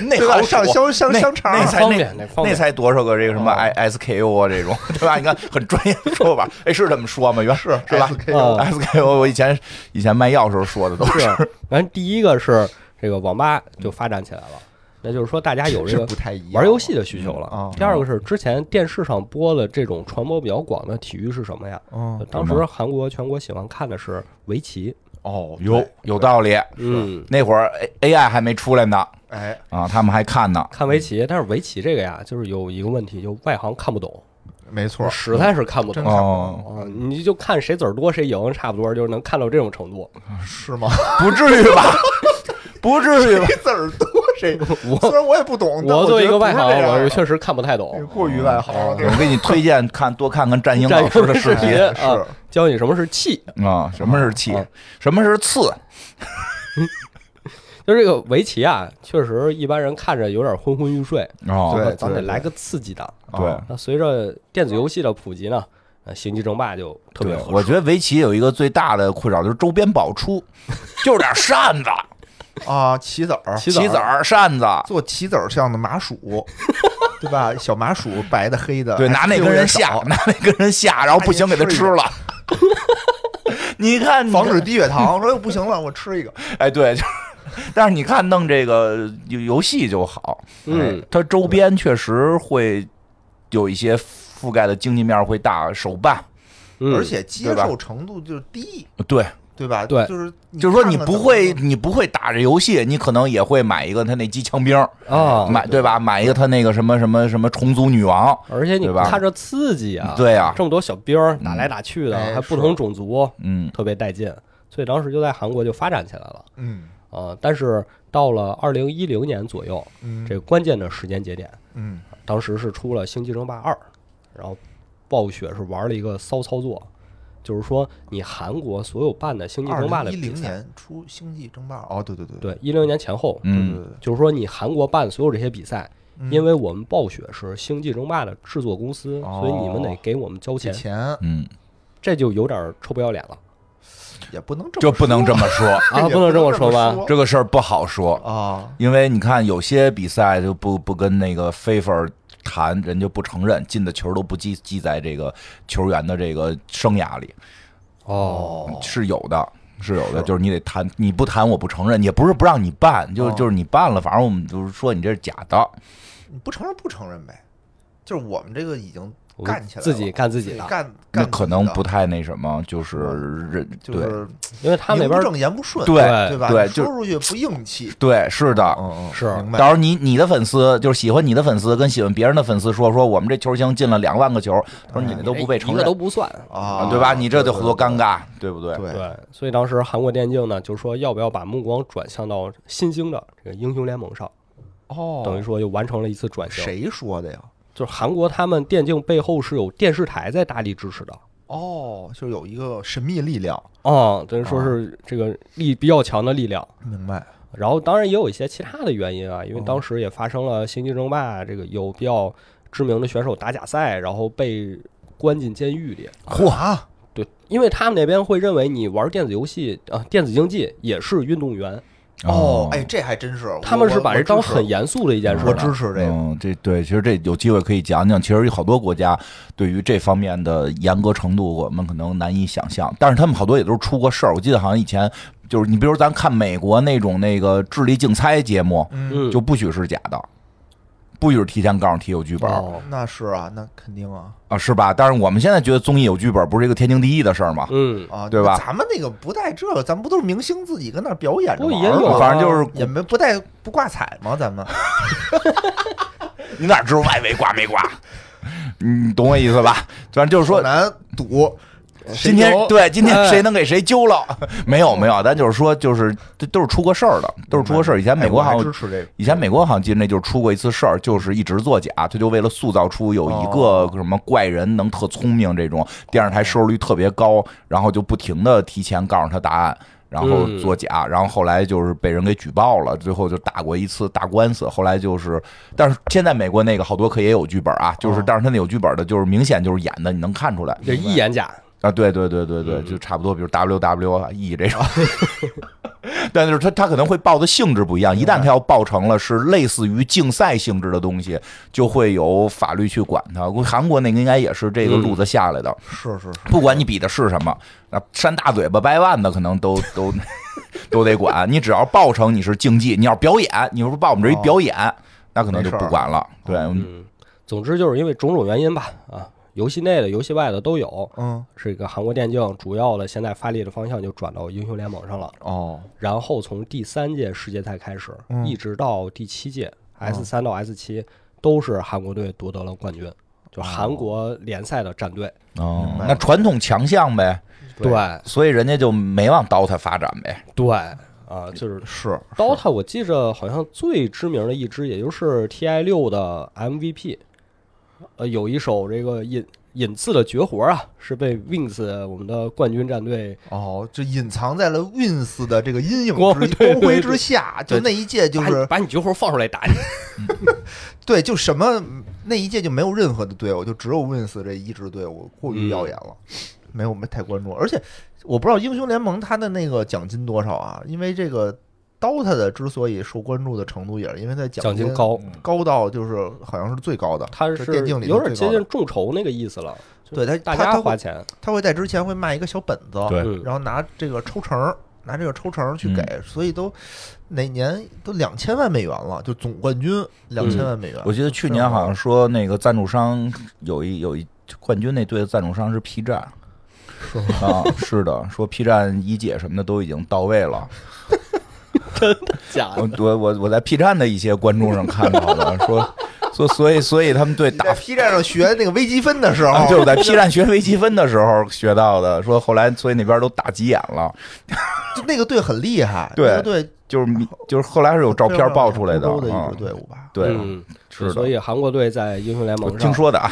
Speaker 2: 那
Speaker 3: 对
Speaker 2: 好
Speaker 3: 吧？
Speaker 2: 使
Speaker 3: 上香上
Speaker 2: 那
Speaker 3: 香肠
Speaker 2: 那
Speaker 3: 儿，
Speaker 2: 才
Speaker 1: 方
Speaker 2: 那
Speaker 1: 便那方
Speaker 2: 那
Speaker 1: 便
Speaker 2: 才多少个这个什么
Speaker 1: 哦
Speaker 2: I S K O 啊这种，对吧？你看很专业的说法，哎，是这么说吗？原是是吧嗯
Speaker 3: SKO
Speaker 1: 啊
Speaker 2: ？S K O 我以前以前卖药时候说的都是，
Speaker 1: 是，完第一个是这个网吧就发展起来了，那就是说大家有这
Speaker 3: 是
Speaker 1: 个
Speaker 3: 不太一样。
Speaker 1: 玩游戏的需求了。
Speaker 3: 嗯啊
Speaker 1: 第二个是之前电视上播的这种传播比较广的体育是什么呀？
Speaker 3: 嗯
Speaker 1: 当时韩国全国喜欢看的是围棋，
Speaker 3: 哦
Speaker 2: 有有道理。
Speaker 1: 嗯，
Speaker 2: 那会儿 A I 还没出来呢
Speaker 3: 哎，
Speaker 2: 啊，他们还看呢。
Speaker 1: 看围棋，但是围棋这个呀，就是有一个问题，就外行看不懂，
Speaker 3: 没错，
Speaker 1: 实在是看不
Speaker 3: 真
Speaker 1: 懂
Speaker 3: 看。不
Speaker 2: 哦
Speaker 3: 懂
Speaker 1: 啊，你就看谁子儿多谁赢，差不多就是能看到这种程度。
Speaker 3: 嗯是 吗？
Speaker 2: 不至于吧？ 不至于吧？
Speaker 3: 这字儿多谁？虽
Speaker 1: 我
Speaker 3: 然我也不懂，但
Speaker 1: 我作为一个外行，啊
Speaker 3: 觉得不是这样
Speaker 1: 我是确实看不太懂
Speaker 3: 哎。过于外行了。这
Speaker 2: 我给你推荐看多看看战鹰
Speaker 1: 战
Speaker 2: 老师
Speaker 1: 鹰
Speaker 2: 的视
Speaker 1: 视
Speaker 2: 频
Speaker 1: 频
Speaker 3: 是
Speaker 1: 啊，教你什么是气，
Speaker 2: 啊，什么是气
Speaker 1: 啊，
Speaker 2: 什么是刺，
Speaker 1: 就这个围棋啊，确实一般人看着有点昏昏欲睡，啊
Speaker 2: 哦，
Speaker 3: 对
Speaker 1: 咱得来个刺激的。
Speaker 3: 个
Speaker 2: 对
Speaker 3: 啊
Speaker 1: 那随着电子游戏的普及呢，呃，星际争霸就特别
Speaker 2: 对，
Speaker 1: 合
Speaker 2: 我
Speaker 1: 适。
Speaker 2: 觉得围棋有一个最大的困扰就是周边宝 出，就是点扇子、
Speaker 3: 啊，棋子儿，
Speaker 1: 棋
Speaker 2: 棋子儿、扇子，
Speaker 3: 做棋子儿像的麻薯，对吧？小麻薯，白的黑的，哎
Speaker 2: 对，拿那跟人吓
Speaker 3: 还，
Speaker 2: 拿那跟人吓，然后不行给他吃了。 你看，你看
Speaker 3: 防止低血糖。说又不行了，我吃一个。
Speaker 2: 哎，对，就是但是你看弄这个游游戏就好，
Speaker 1: 嗯
Speaker 2: 哎，它周边确实会有一些覆盖的经济面会大，手办，
Speaker 1: 嗯
Speaker 3: 而且接
Speaker 2: 对吧
Speaker 3: 受程度就低，
Speaker 2: 对，
Speaker 3: 对吧？
Speaker 1: 对
Speaker 3: 就是
Speaker 2: 就是说
Speaker 3: 看
Speaker 2: 你
Speaker 3: 看
Speaker 2: 不
Speaker 3: 怎么
Speaker 2: 会，
Speaker 3: 弄
Speaker 2: 你不会打这游戏，你可能也会买一个他那机枪兵，
Speaker 3: 哦
Speaker 1: 啊，
Speaker 2: 买对吧？买一个他那个什么什么什么重组女王，
Speaker 1: 而且你
Speaker 2: 对吧
Speaker 1: 看着刺激啊，
Speaker 2: 对呀
Speaker 1: 这么多小兵儿打来打去的，
Speaker 3: 哎
Speaker 1: 还不同种族，
Speaker 2: 嗯，
Speaker 1: 特别带劲。所以当时就在韩国就发展起来了
Speaker 3: 嗯
Speaker 1: 啊、但是到了二零一零年左右，
Speaker 3: 嗯
Speaker 1: 这个关键的时间节点，
Speaker 3: 嗯
Speaker 1: 当时是出了《星际争霸二》，然后暴雪是玩了一个骚操作，就是说你韩国所有办的《星际争霸》的
Speaker 3: 一
Speaker 1: 比
Speaker 3: 零
Speaker 1: 赛，
Speaker 3: 年出《星际争霸》哦，对对对
Speaker 1: 对一零年前后，
Speaker 3: 对
Speaker 2: 嗯
Speaker 3: 对对，
Speaker 1: 就是说你韩国办所有这些比赛，
Speaker 3: 嗯
Speaker 1: 因为我们暴雪是《星际争霸》的制作公司，
Speaker 3: 哦
Speaker 1: 所以你们得给我们交
Speaker 3: 以
Speaker 1: 钱，
Speaker 3: 前
Speaker 2: 嗯，
Speaker 1: 这就有点臭不要脸了
Speaker 3: 也不能这
Speaker 2: 就
Speaker 3: 么
Speaker 2: 不能这么 说，
Speaker 1: 啊！
Speaker 3: 也
Speaker 1: 不能
Speaker 3: 不能
Speaker 1: 这么
Speaker 3: 这
Speaker 1: 说
Speaker 3: 么
Speaker 1: 吧？
Speaker 3: 说
Speaker 2: 这个事儿不好说，
Speaker 3: 啊，
Speaker 2: 因为你看有些比赛就不不跟那个 FIFA 谈，人就不承认进的球都不记记在这个球员的这个生涯里，
Speaker 1: 哦，
Speaker 2: 是有的。是有
Speaker 3: 啊
Speaker 2: 的，就是你得谈，你不谈我不承认，也不是不让你办，就
Speaker 3: 哦
Speaker 2: 是就是你办了，反正我们就是说你这是假的，
Speaker 3: 你不承认不承认呗，就是我们这个已经
Speaker 1: 我们
Speaker 3: 干起来了，
Speaker 1: 自己干自己
Speaker 3: 对
Speaker 1: 的，
Speaker 3: 干，
Speaker 2: 那
Speaker 3: 干
Speaker 2: 可
Speaker 3: 自己
Speaker 2: 能
Speaker 3: 的嗯
Speaker 2: 不太那什么，就是人
Speaker 3: 就
Speaker 2: 对
Speaker 3: 是
Speaker 1: 因为他们
Speaker 3: 名
Speaker 1: 那
Speaker 3: 不
Speaker 1: 边
Speaker 3: 正言不顺，
Speaker 2: 对
Speaker 3: 对吧？
Speaker 2: 对
Speaker 3: 你说
Speaker 2: 就
Speaker 3: 出去不硬气，
Speaker 2: 对是的，
Speaker 3: 嗯嗯，
Speaker 1: 是
Speaker 3: 明
Speaker 2: 到时
Speaker 3: 白。
Speaker 2: 候你你的粉丝就是喜欢你的粉丝跟喜欢别人的粉丝说说我们这球星进了两万个球，他说
Speaker 3: 嗯
Speaker 2: 你那
Speaker 3: 哎
Speaker 2: 都不被承
Speaker 1: 一个
Speaker 2: 认
Speaker 1: 都，不算
Speaker 3: 啊
Speaker 2: 啊对吧？你这就多尴尬，对不对？
Speaker 3: 对
Speaker 1: 对，所以当时韩国电竞呢，就说要不要把目光转向到新兴的这个英雄联盟上，
Speaker 3: 哦
Speaker 1: 等于说又完成了一次转型。
Speaker 3: 谁说的呀？
Speaker 1: 就是韩国他们电竞背后是有电视台在大力支持的，
Speaker 3: 哦，就是有一个神秘力量，
Speaker 1: 啊，等于说是这个力比较强的力量。
Speaker 3: 明白？
Speaker 1: 然后当然也有一些其他的原因啊，因为
Speaker 3: 哦
Speaker 1: 当时也发生了星际争霸这个有比较知名的选手打假赛，然后被关进监狱里。
Speaker 3: 嚯啊！
Speaker 1: 对，因为他们那边会认为你玩电子游戏啊、电子竞技也是运动员，
Speaker 3: 哦，哎，这还真是，
Speaker 1: 他们是
Speaker 3: 我
Speaker 1: 把
Speaker 3: 我
Speaker 1: 这当
Speaker 3: 支持
Speaker 1: 很严肃的一件事
Speaker 3: 我
Speaker 1: 儿
Speaker 3: 支
Speaker 1: 的。
Speaker 3: 持这个，
Speaker 2: 嗯，这对，其实这有机会可以讲讲。其实有好多国家对于这方面的严格程度，我们可能难以想象。但是他们好多也都是出过事儿。我记得好像以前就是你，比如咱看美国那种那个智力竞猜节目，
Speaker 3: 嗯，
Speaker 1: 嗯，
Speaker 2: 就不许是假的，不许是提前告诉你有剧本。
Speaker 1: 哦，
Speaker 3: 那是啊，那肯定啊
Speaker 2: 啊，是吧？但是我们现在觉得综艺有剧本不是一个天经地义的事儿吗？
Speaker 1: 嗯，
Speaker 3: 啊，
Speaker 2: 对吧
Speaker 3: 咱们那个不带这个，咱们不都是明星自己跟那儿表演着
Speaker 1: 不
Speaker 3: 玩
Speaker 1: 也
Speaker 3: 儿
Speaker 1: 有
Speaker 3: 吗
Speaker 1: 啊
Speaker 2: 反正就是
Speaker 3: 也没不带不挂彩吗？咱们
Speaker 2: 你哪知道外围挂没 挂？你嗯懂我意思吧？反正就是
Speaker 3: 说
Speaker 2: 说，
Speaker 3: 难赌，
Speaker 2: 今天
Speaker 3: 哦谁赢
Speaker 2: 对今天
Speaker 1: 哎
Speaker 2: 谁能给谁揪了？ 没有没有，咱就是说，就是这都是出过事儿的，都是出过事儿。以前美国
Speaker 3: 哎
Speaker 2: 好
Speaker 3: 我还
Speaker 2: 像
Speaker 3: 支持这个，
Speaker 2: 以前美国好像记得那就是出过一次事儿，就是一直作假，他就为了塑造出有一个
Speaker 3: 哦
Speaker 2: 什么怪人能特聪明这种，电视台收视率特别高，然后就不停的提前告诉他答案。然后
Speaker 1: 嗯
Speaker 2: 作假，然后后来就是被人给举报了，最后就打过一次大官司。后来就是，但是现在美国那个好多可也有剧本啊，就是
Speaker 3: 哦
Speaker 2: 但是他那有剧本的，就是明显就是演的，你能看出来。
Speaker 1: 这一眼假，
Speaker 2: 啊，对对对对对，
Speaker 1: 嗯
Speaker 2: 就差不多，比如 WWE 啊，E 这 种， 但是他他可能会报的性质不一样，一旦他要报成了是类似于竞赛性质的东西，就会有法律去管他。我韩国那个应该也是这个
Speaker 3: 嗯
Speaker 2: 路子下来的，
Speaker 3: 是是是，
Speaker 2: 不管你比的是什么，那扇大嘴巴、掰腕子，可能 都都都得管。你只要报成你是竞技，你要表演，你要是报我们这一表演，那可能就
Speaker 3: 哦没事
Speaker 2: 不
Speaker 3: 儿哦
Speaker 2: 管了。对，
Speaker 1: 嗯，总之就是因为种种原因吧，啊，游戏内的、游戏外的都有。
Speaker 3: 嗯，
Speaker 1: 这个韩国电竞主要的现在发力的方向就转到英雄联盟上了，
Speaker 3: 哦，
Speaker 1: 然后从第三届世界赛开始，
Speaker 3: 嗯哦
Speaker 1: 一直到第七届 S 三到 S 七，都是韩国队夺得了冠军，
Speaker 3: 哦
Speaker 1: 就韩国联赛的战队。
Speaker 2: 哦
Speaker 3: 明白，
Speaker 2: 那传统强项呗，
Speaker 3: 对
Speaker 1: 对
Speaker 2: 所以人家就没往刀塔发展呗。
Speaker 1: 对啊，就是
Speaker 3: 是
Speaker 1: DOTA，我记着好像最知名的一支，也就是 TI 六的 MVP，呃，有一首这个引引刺的绝活啊，是被 Wings 我们的冠军战队
Speaker 3: 哦，就隐藏在了 Wins 的这个阴影
Speaker 1: 光
Speaker 3: 之
Speaker 1: 对
Speaker 3: 光辉
Speaker 1: 对
Speaker 3: 之下，就
Speaker 1: 对
Speaker 3: 那一届就
Speaker 1: 把你
Speaker 3: 是
Speaker 1: 把你绝活放出来打你。
Speaker 3: 对，就什么那一届就没有任何的队伍，就只有 Wins 这一支队伍过于耀眼了，
Speaker 1: 嗯
Speaker 3: 没有没太关注。而且我不知道英雄联盟它的那个奖金多少啊，因为这个 DOTA 的之所以受关注的程度，也是因为它
Speaker 1: 奖
Speaker 3: 金
Speaker 1: 金高，
Speaker 3: 高到就是好像是最高的，
Speaker 1: 它是
Speaker 3: 是电竞里
Speaker 1: 有点接
Speaker 3: 最高
Speaker 1: 近
Speaker 3: 的。
Speaker 1: 众筹那个意思了，
Speaker 3: 对他，
Speaker 1: 大
Speaker 3: 他
Speaker 1: 家
Speaker 3: 他
Speaker 1: 花
Speaker 3: 会
Speaker 1: 钱。
Speaker 3: 他会在之前会卖一个小本子，
Speaker 2: 对
Speaker 1: 嗯
Speaker 3: 然后拿这个抽成儿，拿这个抽成儿去给，所以都哪年都两千万美元了，就总冠军两千万美元。
Speaker 2: 我
Speaker 1: 嗯
Speaker 2: 记得去年好像说那个赞助商有一有一冠军那队的赞助商是 P 站，啊，是的，说 P 站一姐什么的都已经到位了。
Speaker 1: 假的
Speaker 2: 我我我我在 P 站的一些观众上看到的， 说说所以所以他们对
Speaker 3: 你
Speaker 2: 打
Speaker 1: 哦
Speaker 3: 在 P 站上学那个微积分的时
Speaker 2: 啊，
Speaker 3: 候，
Speaker 2: 就是在 P 站学微积分的时候学到的，说后来所以那边都打急眼了，
Speaker 3: 就那个队很厉害，
Speaker 2: 对
Speaker 3: 那个队
Speaker 2: 就是迷就是后来是有照片爆出来
Speaker 3: 的，欧洲一
Speaker 2: 啊
Speaker 3: 支，队伍吧。
Speaker 2: 对，
Speaker 1: 嗯，
Speaker 2: 是的
Speaker 1: 所以韩国队在英雄联
Speaker 2: 我
Speaker 1: 盟
Speaker 2: 听
Speaker 1: 上
Speaker 2: 说的啊，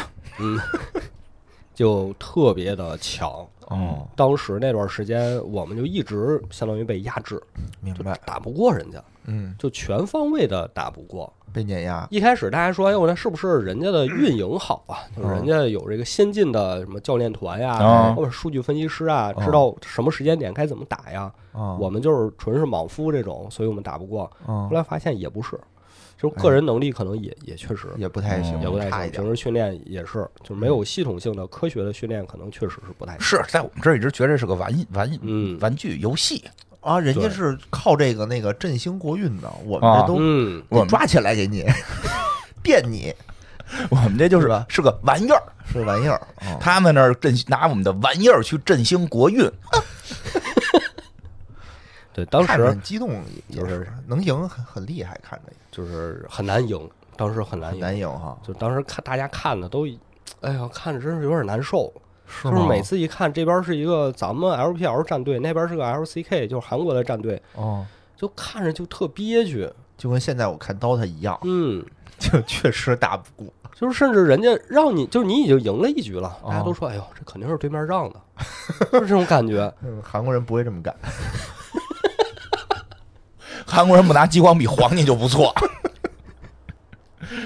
Speaker 1: 就特别的强。
Speaker 2: 哦，
Speaker 1: 当时那段时间，我们就一直相当于被压制，
Speaker 2: 嗯
Speaker 3: 明
Speaker 1: 就
Speaker 3: 白，
Speaker 1: 打不过人家，
Speaker 3: 嗯，
Speaker 1: 就全方位的打不过。
Speaker 3: 被碾压，
Speaker 1: 一开始大家说，哎呦，那是不是人家的运营好啊？就是人家有这个先进的什么教练团呀
Speaker 2: 哦，
Speaker 1: 或者数据分析师啊，
Speaker 3: 哦
Speaker 1: 知道什么时间点该怎么打呀。
Speaker 3: 啊
Speaker 1: 我们就是纯是莽夫这种，所以我们打不过。
Speaker 3: 啊
Speaker 1: 后来发现也不是，就是个人能力可能也也确实
Speaker 3: 也不太行，
Speaker 1: 哎嗯也不太
Speaker 3: 差一
Speaker 1: 行，
Speaker 3: 点
Speaker 1: 平。时训练也是，就是没有系统性的科学的训练，可能确实是不太行。
Speaker 2: 是在我们这儿一直觉得是个玩玩
Speaker 1: 嗯
Speaker 2: 玩具游戏，
Speaker 3: 啊，人家
Speaker 1: 对
Speaker 3: 是靠这个那个振兴国运的，我们这
Speaker 2: 啊
Speaker 3: 都
Speaker 1: 嗯，
Speaker 2: 我
Speaker 3: 得
Speaker 2: 们
Speaker 3: 抓起来给你 电你
Speaker 2: 我们这就是
Speaker 3: 是吧
Speaker 2: 是个玩意儿，
Speaker 3: 这玩意儿啊，
Speaker 2: 他们那儿振拿我们的玩意儿去振兴国运，
Speaker 1: 对，当
Speaker 3: 看着
Speaker 1: 时
Speaker 3: 很激动，也
Speaker 1: 就是
Speaker 3: 是能赢很很厉害，看着也
Speaker 1: 就是很难赢，当时很难
Speaker 3: 很
Speaker 1: 赢，
Speaker 3: 难赢哈，
Speaker 1: 就当时看大家看的都，哎呀，看着真是有点难受。
Speaker 3: 是
Speaker 1: 就是每次一看这边是一个咱们 LPL 战队，那边是个 LCK，就是韩国的战队，
Speaker 3: 哦，
Speaker 1: 就看着就特憋屈。
Speaker 3: 就跟现在我看 DOTA 一样，
Speaker 1: 嗯，
Speaker 3: 就确实打不过，
Speaker 1: 就是甚至人家让你，就是你已经赢了一局了，
Speaker 3: 哦
Speaker 1: 大家都说，哎呦，这肯定是对面让的，就是这种感觉。
Speaker 3: 嗯，韩国人不会这么干，
Speaker 2: 韩国人不拿激光笔晃你就不错。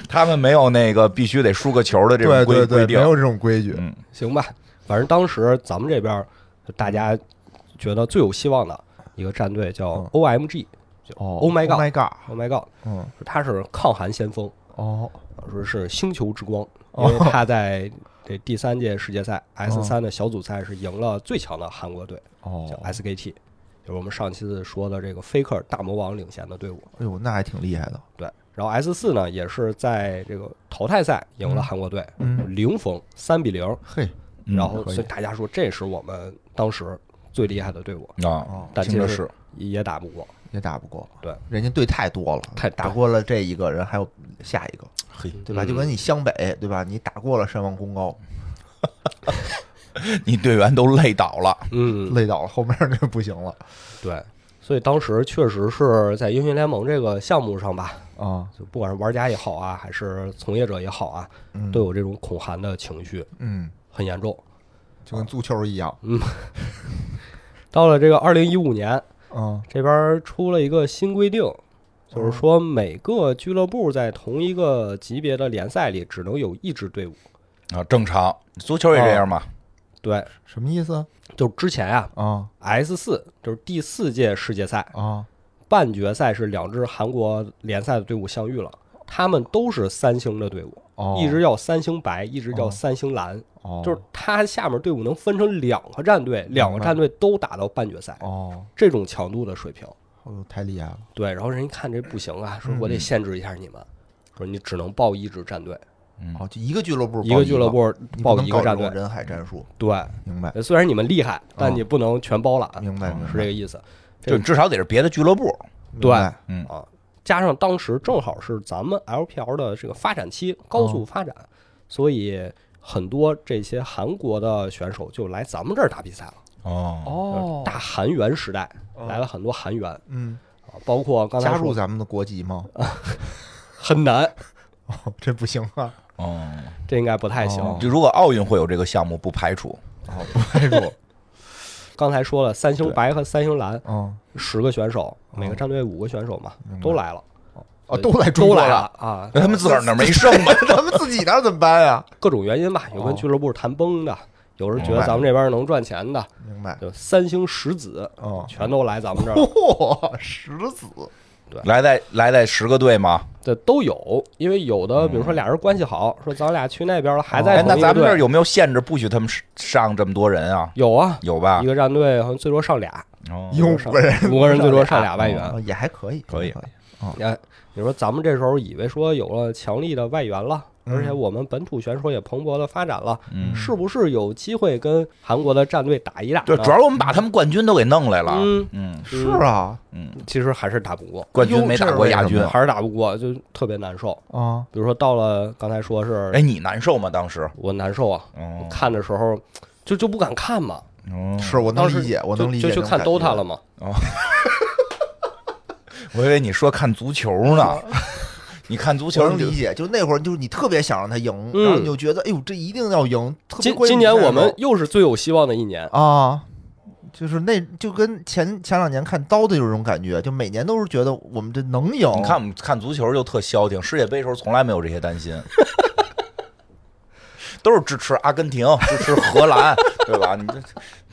Speaker 2: 他们没有那个必须得输个球的这种规规定，
Speaker 3: 没有这种规矩，
Speaker 2: 嗯，
Speaker 1: 行吧，反正当时咱们这边大家觉得最有希望的一个战队叫
Speaker 3: 嗯
Speaker 1: OMG，就
Speaker 3: 哦
Speaker 1: Oh my
Speaker 3: my god，
Speaker 1: Oh my God，
Speaker 3: 嗯，
Speaker 1: 他是抗韩先锋，
Speaker 3: 哦，
Speaker 1: 说是星球之光，因
Speaker 3: 哦
Speaker 1: 为他在这第三届世界赛 S
Speaker 3: 哦
Speaker 1: 三的小组赛是赢了最强的韩国队，叫
Speaker 3: 哦，
Speaker 1: SKT，就是我们上期说的这个 Faker 大魔王领衔的队伍。
Speaker 3: 哎呦，那还挺厉害的，
Speaker 1: 对，然后 S 四呢也是在这个淘汰赛赢了韩国队，
Speaker 3: 嗯
Speaker 1: 零封三比零，
Speaker 3: 嘿，
Speaker 2: 嗯
Speaker 1: 然后
Speaker 3: 可以
Speaker 1: 所以大家说这是我们当时最厉害的队伍，
Speaker 2: 啊，
Speaker 1: 但
Speaker 2: 听
Speaker 1: 其
Speaker 2: 着
Speaker 1: 实
Speaker 2: 是
Speaker 1: 也打不过。
Speaker 3: 也打不过，
Speaker 1: 对，
Speaker 3: 人家队太多了，
Speaker 1: 太
Speaker 3: 打
Speaker 1: 对
Speaker 3: 过了这一个人，还有下一个，
Speaker 2: 嘿，
Speaker 3: 对吧？
Speaker 1: 嗯
Speaker 3: 就跟你湘北，对吧？你打过了山王功高，
Speaker 2: 你队员都累倒了，
Speaker 1: 嗯，
Speaker 3: 累倒了，后面就不行了
Speaker 1: 对，所以当时确实是在英雄联盟这个项目上吧，
Speaker 3: 啊，
Speaker 1: 就不管是玩家也好啊，还是从业者也好啊，
Speaker 3: 嗯
Speaker 1: 都有这种恐韩的情绪，
Speaker 3: 嗯，
Speaker 1: 很严重。
Speaker 3: 就跟足球一样，
Speaker 1: 到了这个二零一五年，
Speaker 3: 嗯，
Speaker 1: 这边儿出了一个新规定，就是说每个俱乐部在同一个级别的联赛里只能有一支队伍。
Speaker 2: 啊，正常，足球也这样嘛，
Speaker 1: 对，
Speaker 3: 什么意思
Speaker 1: 就之前啊
Speaker 3: 啊
Speaker 1: ，S 四就是第四届世界赛
Speaker 3: 啊？
Speaker 1: 半决赛是两支韩国联赛的队伍相遇了，他们都是三星的队伍，
Speaker 3: 哦，
Speaker 1: 一直叫三星白，一直叫三星蓝，
Speaker 3: 哦
Speaker 1: 就是它下面队伍能分成两个战队，两个战队都打到半决赛，
Speaker 3: 哦，
Speaker 1: 这种强度的水平。
Speaker 3: 哦太厉害了，
Speaker 1: 对，然后人一看这不行啊，说
Speaker 3: 嗯
Speaker 1: 我得限制一下你们，说你只能报一支战队，
Speaker 2: 嗯
Speaker 3: 哦，就一个俱乐部
Speaker 1: 一
Speaker 3: 报
Speaker 1: 个俱乐部
Speaker 3: 你不
Speaker 1: 报
Speaker 3: 能
Speaker 1: 一
Speaker 3: 搞
Speaker 1: 个
Speaker 3: 这
Speaker 1: 战
Speaker 3: 种
Speaker 1: 队。
Speaker 3: 人海战术，
Speaker 1: 对，
Speaker 3: 明白
Speaker 1: 虽然你们厉害，但你不能全包揽，
Speaker 3: 明白明
Speaker 1: 是这
Speaker 3: 白
Speaker 1: 个意思。
Speaker 2: 就至少得是别的俱乐部，
Speaker 3: 明
Speaker 1: 对
Speaker 3: 白
Speaker 2: 嗯
Speaker 1: 啊，加上当时正好是咱们 LPL 的这个发展期，高
Speaker 3: 哦
Speaker 1: 速发展，所以很多这些韩国的选手就来咱们这儿打比赛了。
Speaker 2: 哦，
Speaker 1: 就是大韩元时代来了很多韩元
Speaker 3: 嗯，
Speaker 1: 啊，包括刚才
Speaker 3: 哦加
Speaker 1: 说
Speaker 3: 入咱们的国 籍吗？
Speaker 1: 很难，
Speaker 3: 哦，这不行啊，
Speaker 2: 哦，嗯
Speaker 1: 这应该不太行。
Speaker 3: 哦
Speaker 2: 就如果奥运会有这个项目，不排除，
Speaker 3: 哦，不排除，
Speaker 1: 刚才说了，三星
Speaker 2: 对
Speaker 1: 白和三星蓝
Speaker 3: 嗯，
Speaker 1: 十个选手，每个战队五个选手嘛，
Speaker 3: 明白
Speaker 1: 都来了，
Speaker 3: 哦，都来中
Speaker 1: 都
Speaker 3: 国
Speaker 1: 来了
Speaker 3: 了，
Speaker 1: 啊，
Speaker 2: 那他们自个儿那儿没剩吗？
Speaker 3: 咱们自己那儿怎么办呀？
Speaker 1: 各种原因吧，有跟
Speaker 3: 哦
Speaker 1: 俱乐部谈崩的，有人觉
Speaker 2: 明
Speaker 1: 得
Speaker 2: 白
Speaker 1: 咱们这边能赚钱的，
Speaker 3: 明白，
Speaker 1: 就三星石子
Speaker 3: 哦，
Speaker 1: 全都来咱们这儿了，
Speaker 3: 嚯，石子，
Speaker 2: 来在来在十个队吗？
Speaker 1: 这都有，因为有的比如说俩人关系好，说咱俩去那边了，还在
Speaker 2: 哎，
Speaker 1: 同
Speaker 2: 那
Speaker 1: 一
Speaker 2: 咱
Speaker 1: 个
Speaker 2: 们这儿
Speaker 1: 队，
Speaker 2: 有没有限制不许他们上这么多人啊？
Speaker 1: 有啊，
Speaker 2: 有吧
Speaker 1: 一？个战队好像最多上俩，
Speaker 2: 哦
Speaker 3: 有五个人，
Speaker 1: 五个人最多上俩外援
Speaker 3: 哦，也还可以，
Speaker 2: 可以
Speaker 3: 也
Speaker 1: 哎，你说咱们这时候以为说有了强力的外援了，
Speaker 3: 嗯
Speaker 1: 而且我们本土选手也蓬勃的发展了，
Speaker 2: 嗯
Speaker 1: 是不是有机会跟韩国的战队打一打呢？
Speaker 2: 对，主要是我们把他们冠军都给弄来了。
Speaker 1: 嗯
Speaker 2: 嗯
Speaker 3: 是啊，
Speaker 2: 嗯，
Speaker 1: 其实还是打不过，
Speaker 2: 冠军没打过亚军
Speaker 3: 哟这是为什。
Speaker 1: 还是打不过，就特别难受。
Speaker 3: 啊，
Speaker 1: 比如说到了刚才说是，
Speaker 2: 哎，你难受吗？当时？
Speaker 1: 我难受啊，
Speaker 2: 哦
Speaker 1: 看的时候就就不敢看嘛，
Speaker 2: 哦，
Speaker 3: 是我能
Speaker 1: 当时
Speaker 3: 理解，我能
Speaker 1: 就
Speaker 3: 理解
Speaker 1: 就
Speaker 3: 这
Speaker 1: 去
Speaker 3: 种感
Speaker 1: 看
Speaker 3: 觉，
Speaker 1: DOTA 了嘛。
Speaker 2: 我以为你说看足球呢。你看足
Speaker 3: 啊我
Speaker 2: 球
Speaker 3: 能
Speaker 2: 就
Speaker 3: 理解，就那会儿就是你特别想让他赢，
Speaker 1: 嗯
Speaker 3: 然后你就觉得，哎呦，这一定要赢。特别
Speaker 1: 今
Speaker 3: 关
Speaker 1: 今
Speaker 3: 键
Speaker 1: 年我们又是最有希望的一年，
Speaker 3: 啊，就是那就跟前前两年看刀的有这种感觉，就每年都是觉得我们这能赢。
Speaker 2: 你看我们看足球就特消停，世界杯时候从来没有这些担心，都是支持阿根廷，支持荷兰，对吧？你这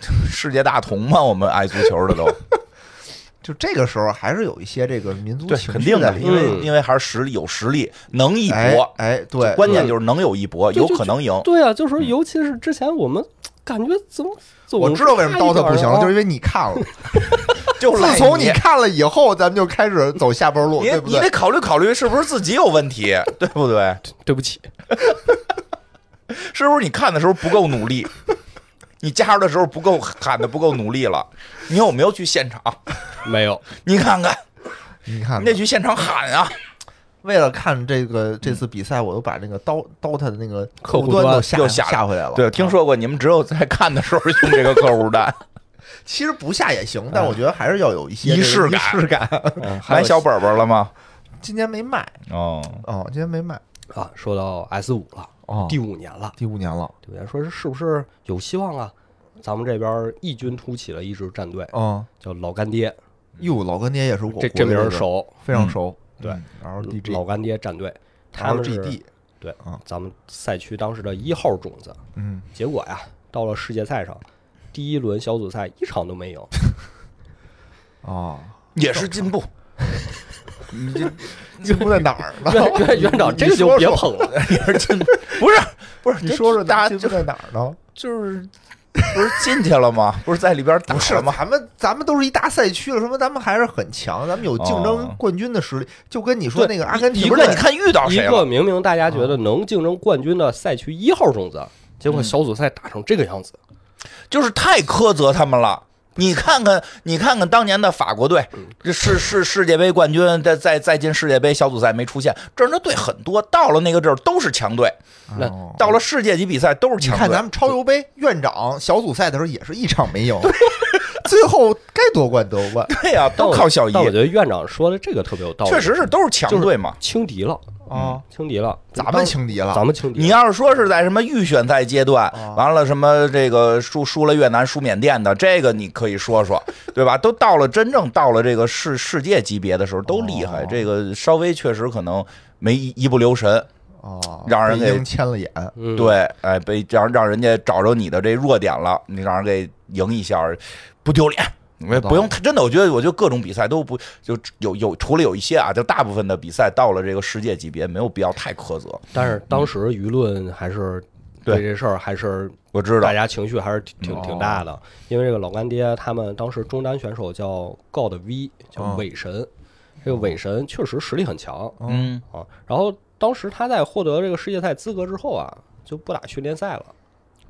Speaker 2: 这世界大同嘛，我们爱足球的都
Speaker 3: 就这个时候还是有一些这个民族
Speaker 2: 对，
Speaker 3: 情
Speaker 2: 肯
Speaker 3: 绪
Speaker 2: 定
Speaker 3: 在
Speaker 2: 的，
Speaker 3: 里
Speaker 2: 因
Speaker 3: 面。
Speaker 2: 为因为还是实力有实力，能一
Speaker 3: 哎
Speaker 2: 搏，
Speaker 3: 哎，对，
Speaker 2: 关键
Speaker 3: 对
Speaker 2: 就是能有一搏，
Speaker 1: 对
Speaker 2: 有
Speaker 1: 就
Speaker 2: 可能赢。
Speaker 1: 对啊，就是尤其是之前我们感觉怎么总
Speaker 3: 嗯我知道为什
Speaker 1: 差
Speaker 3: 么
Speaker 1: 一
Speaker 3: 刀
Speaker 1: 点
Speaker 3: 他
Speaker 1: 儿
Speaker 3: 不行
Speaker 1: 啊
Speaker 3: 了，就是因为你看了。
Speaker 2: 就
Speaker 3: 自
Speaker 2: 赖
Speaker 3: 从
Speaker 2: 你
Speaker 3: 哦你看了以后，咱们就开始走下坡路，
Speaker 2: 你
Speaker 3: 对不
Speaker 2: 你
Speaker 3: 对
Speaker 2: 得？考虑考虑是不是自己有问题，对不对？
Speaker 1: 对不起，
Speaker 2: 是不是你看的时候不够努力？你加入的时候不够喊的不够努力了？你有没有去现场？
Speaker 1: 没有，
Speaker 2: 你看看，
Speaker 3: 你看
Speaker 2: 你，得去现场喊啊！
Speaker 3: 为了看这个这次比赛，我都把那个刀刀他的那个
Speaker 1: 客户
Speaker 3: 户端
Speaker 1: 端
Speaker 3: 都下
Speaker 2: 又下
Speaker 3: 下回来了。
Speaker 2: 对，听说过你们只有在看的时候用这个客户端，
Speaker 3: 啊其实不下也行，
Speaker 1: 嗯
Speaker 3: 但我觉得还是要有一些
Speaker 2: 仪
Speaker 3: 这
Speaker 2: 式
Speaker 3: 个
Speaker 2: 感
Speaker 3: 仪式感。
Speaker 1: 还
Speaker 2: 买
Speaker 1: 有
Speaker 2: 小本本了吗？
Speaker 3: 今年没卖
Speaker 2: 哦，
Speaker 3: 哦，今年没卖
Speaker 1: 啊，说到 S 五了，
Speaker 3: 哦
Speaker 1: 第五年了，
Speaker 3: 第五年了，
Speaker 1: 对不对？说是是不是有希望啊？咱们这边异军突起了一支战队，
Speaker 3: 嗯，
Speaker 1: 叫老干爹，
Speaker 3: 哟，老干爹也是我
Speaker 1: 这
Speaker 3: 国的
Speaker 1: 这名儿
Speaker 3: 个，
Speaker 1: 熟，
Speaker 3: 非常熟。
Speaker 1: 对
Speaker 3: 嗯，LDG
Speaker 1: 老干爹战队，他们是
Speaker 3: LGD，
Speaker 1: 对
Speaker 3: 啊
Speaker 1: 咱们赛区当时的一号种子。
Speaker 3: 嗯，
Speaker 1: 结果呀，到了世界赛上，第一轮小组赛一场都没 赢，
Speaker 3: 哦，
Speaker 2: 也是进步，你这
Speaker 3: 进步在哪儿呢？
Speaker 1: 院院院长
Speaker 3: 你
Speaker 1: 这个就
Speaker 3: 说
Speaker 1: 别
Speaker 3: 说
Speaker 1: 捧 了，
Speaker 2: 也是进步，不是不是，
Speaker 3: 你说说
Speaker 2: 大家
Speaker 3: 大家
Speaker 2: 就
Speaker 3: 进步在哪儿呢？
Speaker 2: 就是不是进去了吗？不是在里边打
Speaker 3: 不是
Speaker 2: 了吗？
Speaker 3: 咱们咱们都是一大赛区了，说明咱们还是很强，咱们有竞争
Speaker 2: 哦
Speaker 3: 冠军的实力。就跟你说
Speaker 1: 对
Speaker 3: 那个阿根
Speaker 2: 你
Speaker 3: 廷
Speaker 2: 不
Speaker 3: 的，
Speaker 2: 是那你看遇到
Speaker 1: 一
Speaker 2: 谁
Speaker 1: 个
Speaker 2: 了？啊
Speaker 1: 明明大家觉得能竞争冠军的赛区一号种子，结
Speaker 2: 嗯
Speaker 1: 果小组赛打成这个样子，
Speaker 2: 就是太苛责他们了。你看看，你看看当年的法国队，
Speaker 3: 嗯
Speaker 2: 是是世界杯冠军，再再再进世界杯小组赛没出现，这样的队很多，到了那个地儿都是强队，
Speaker 1: 那
Speaker 3: 哦
Speaker 2: 到了世界级比赛都是
Speaker 3: 你
Speaker 2: 强
Speaker 3: 看咱
Speaker 2: 嗯队。
Speaker 3: 们超游杯院长小组赛的时候也是一场没赢， 最后该夺冠夺冠。
Speaker 2: 对呀、
Speaker 1: 但
Speaker 2: 都
Speaker 1: 我
Speaker 2: 靠小
Speaker 1: 但我觉得
Speaker 2: 姨，
Speaker 1: 院长说的这个特别有道理，
Speaker 2: 确实是都是强队嘛。
Speaker 1: 轻敌了，
Speaker 3: 啊，
Speaker 1: 轻敌了，
Speaker 3: 咱们轻敌了，
Speaker 1: 咱们轻敌
Speaker 2: 你
Speaker 1: 了，
Speaker 2: 要是说是在什么预选赛阶段
Speaker 3: 啊，
Speaker 2: 完了什么这个输输了越南、输缅甸的，这个你可以说说，对吧？都到了真正到了这个世世界级别的时候，都厉害。
Speaker 3: 哦
Speaker 2: 这个稍微确实可能没一一不留神，
Speaker 3: 哦，
Speaker 2: 让人
Speaker 3: 被
Speaker 2: 给
Speaker 3: 鹰牵了眼，
Speaker 1: 嗯，
Speaker 2: 对，哎，被让让人家找着你的这弱点了，你让人给赢一下，不丢脸。我不用，真的，我觉得，我觉得各种比赛都不就有有，除了有一些啊，就大部分的比赛到了这个世界级别，没有必要太苛责。
Speaker 1: 但是当时舆论还是
Speaker 2: 对
Speaker 1: 对这事儿还是
Speaker 2: 我知道哦
Speaker 1: 大，家情绪还是挺挺挺大的，因为这个老干爹他们当时中单选手叫 God V，叫
Speaker 2: 哦
Speaker 1: 伪神，这个伪神确实实力很强
Speaker 2: 嗯，
Speaker 1: 啊。然后当时他在获得这个世界赛资格之后啊，就不打训练赛了，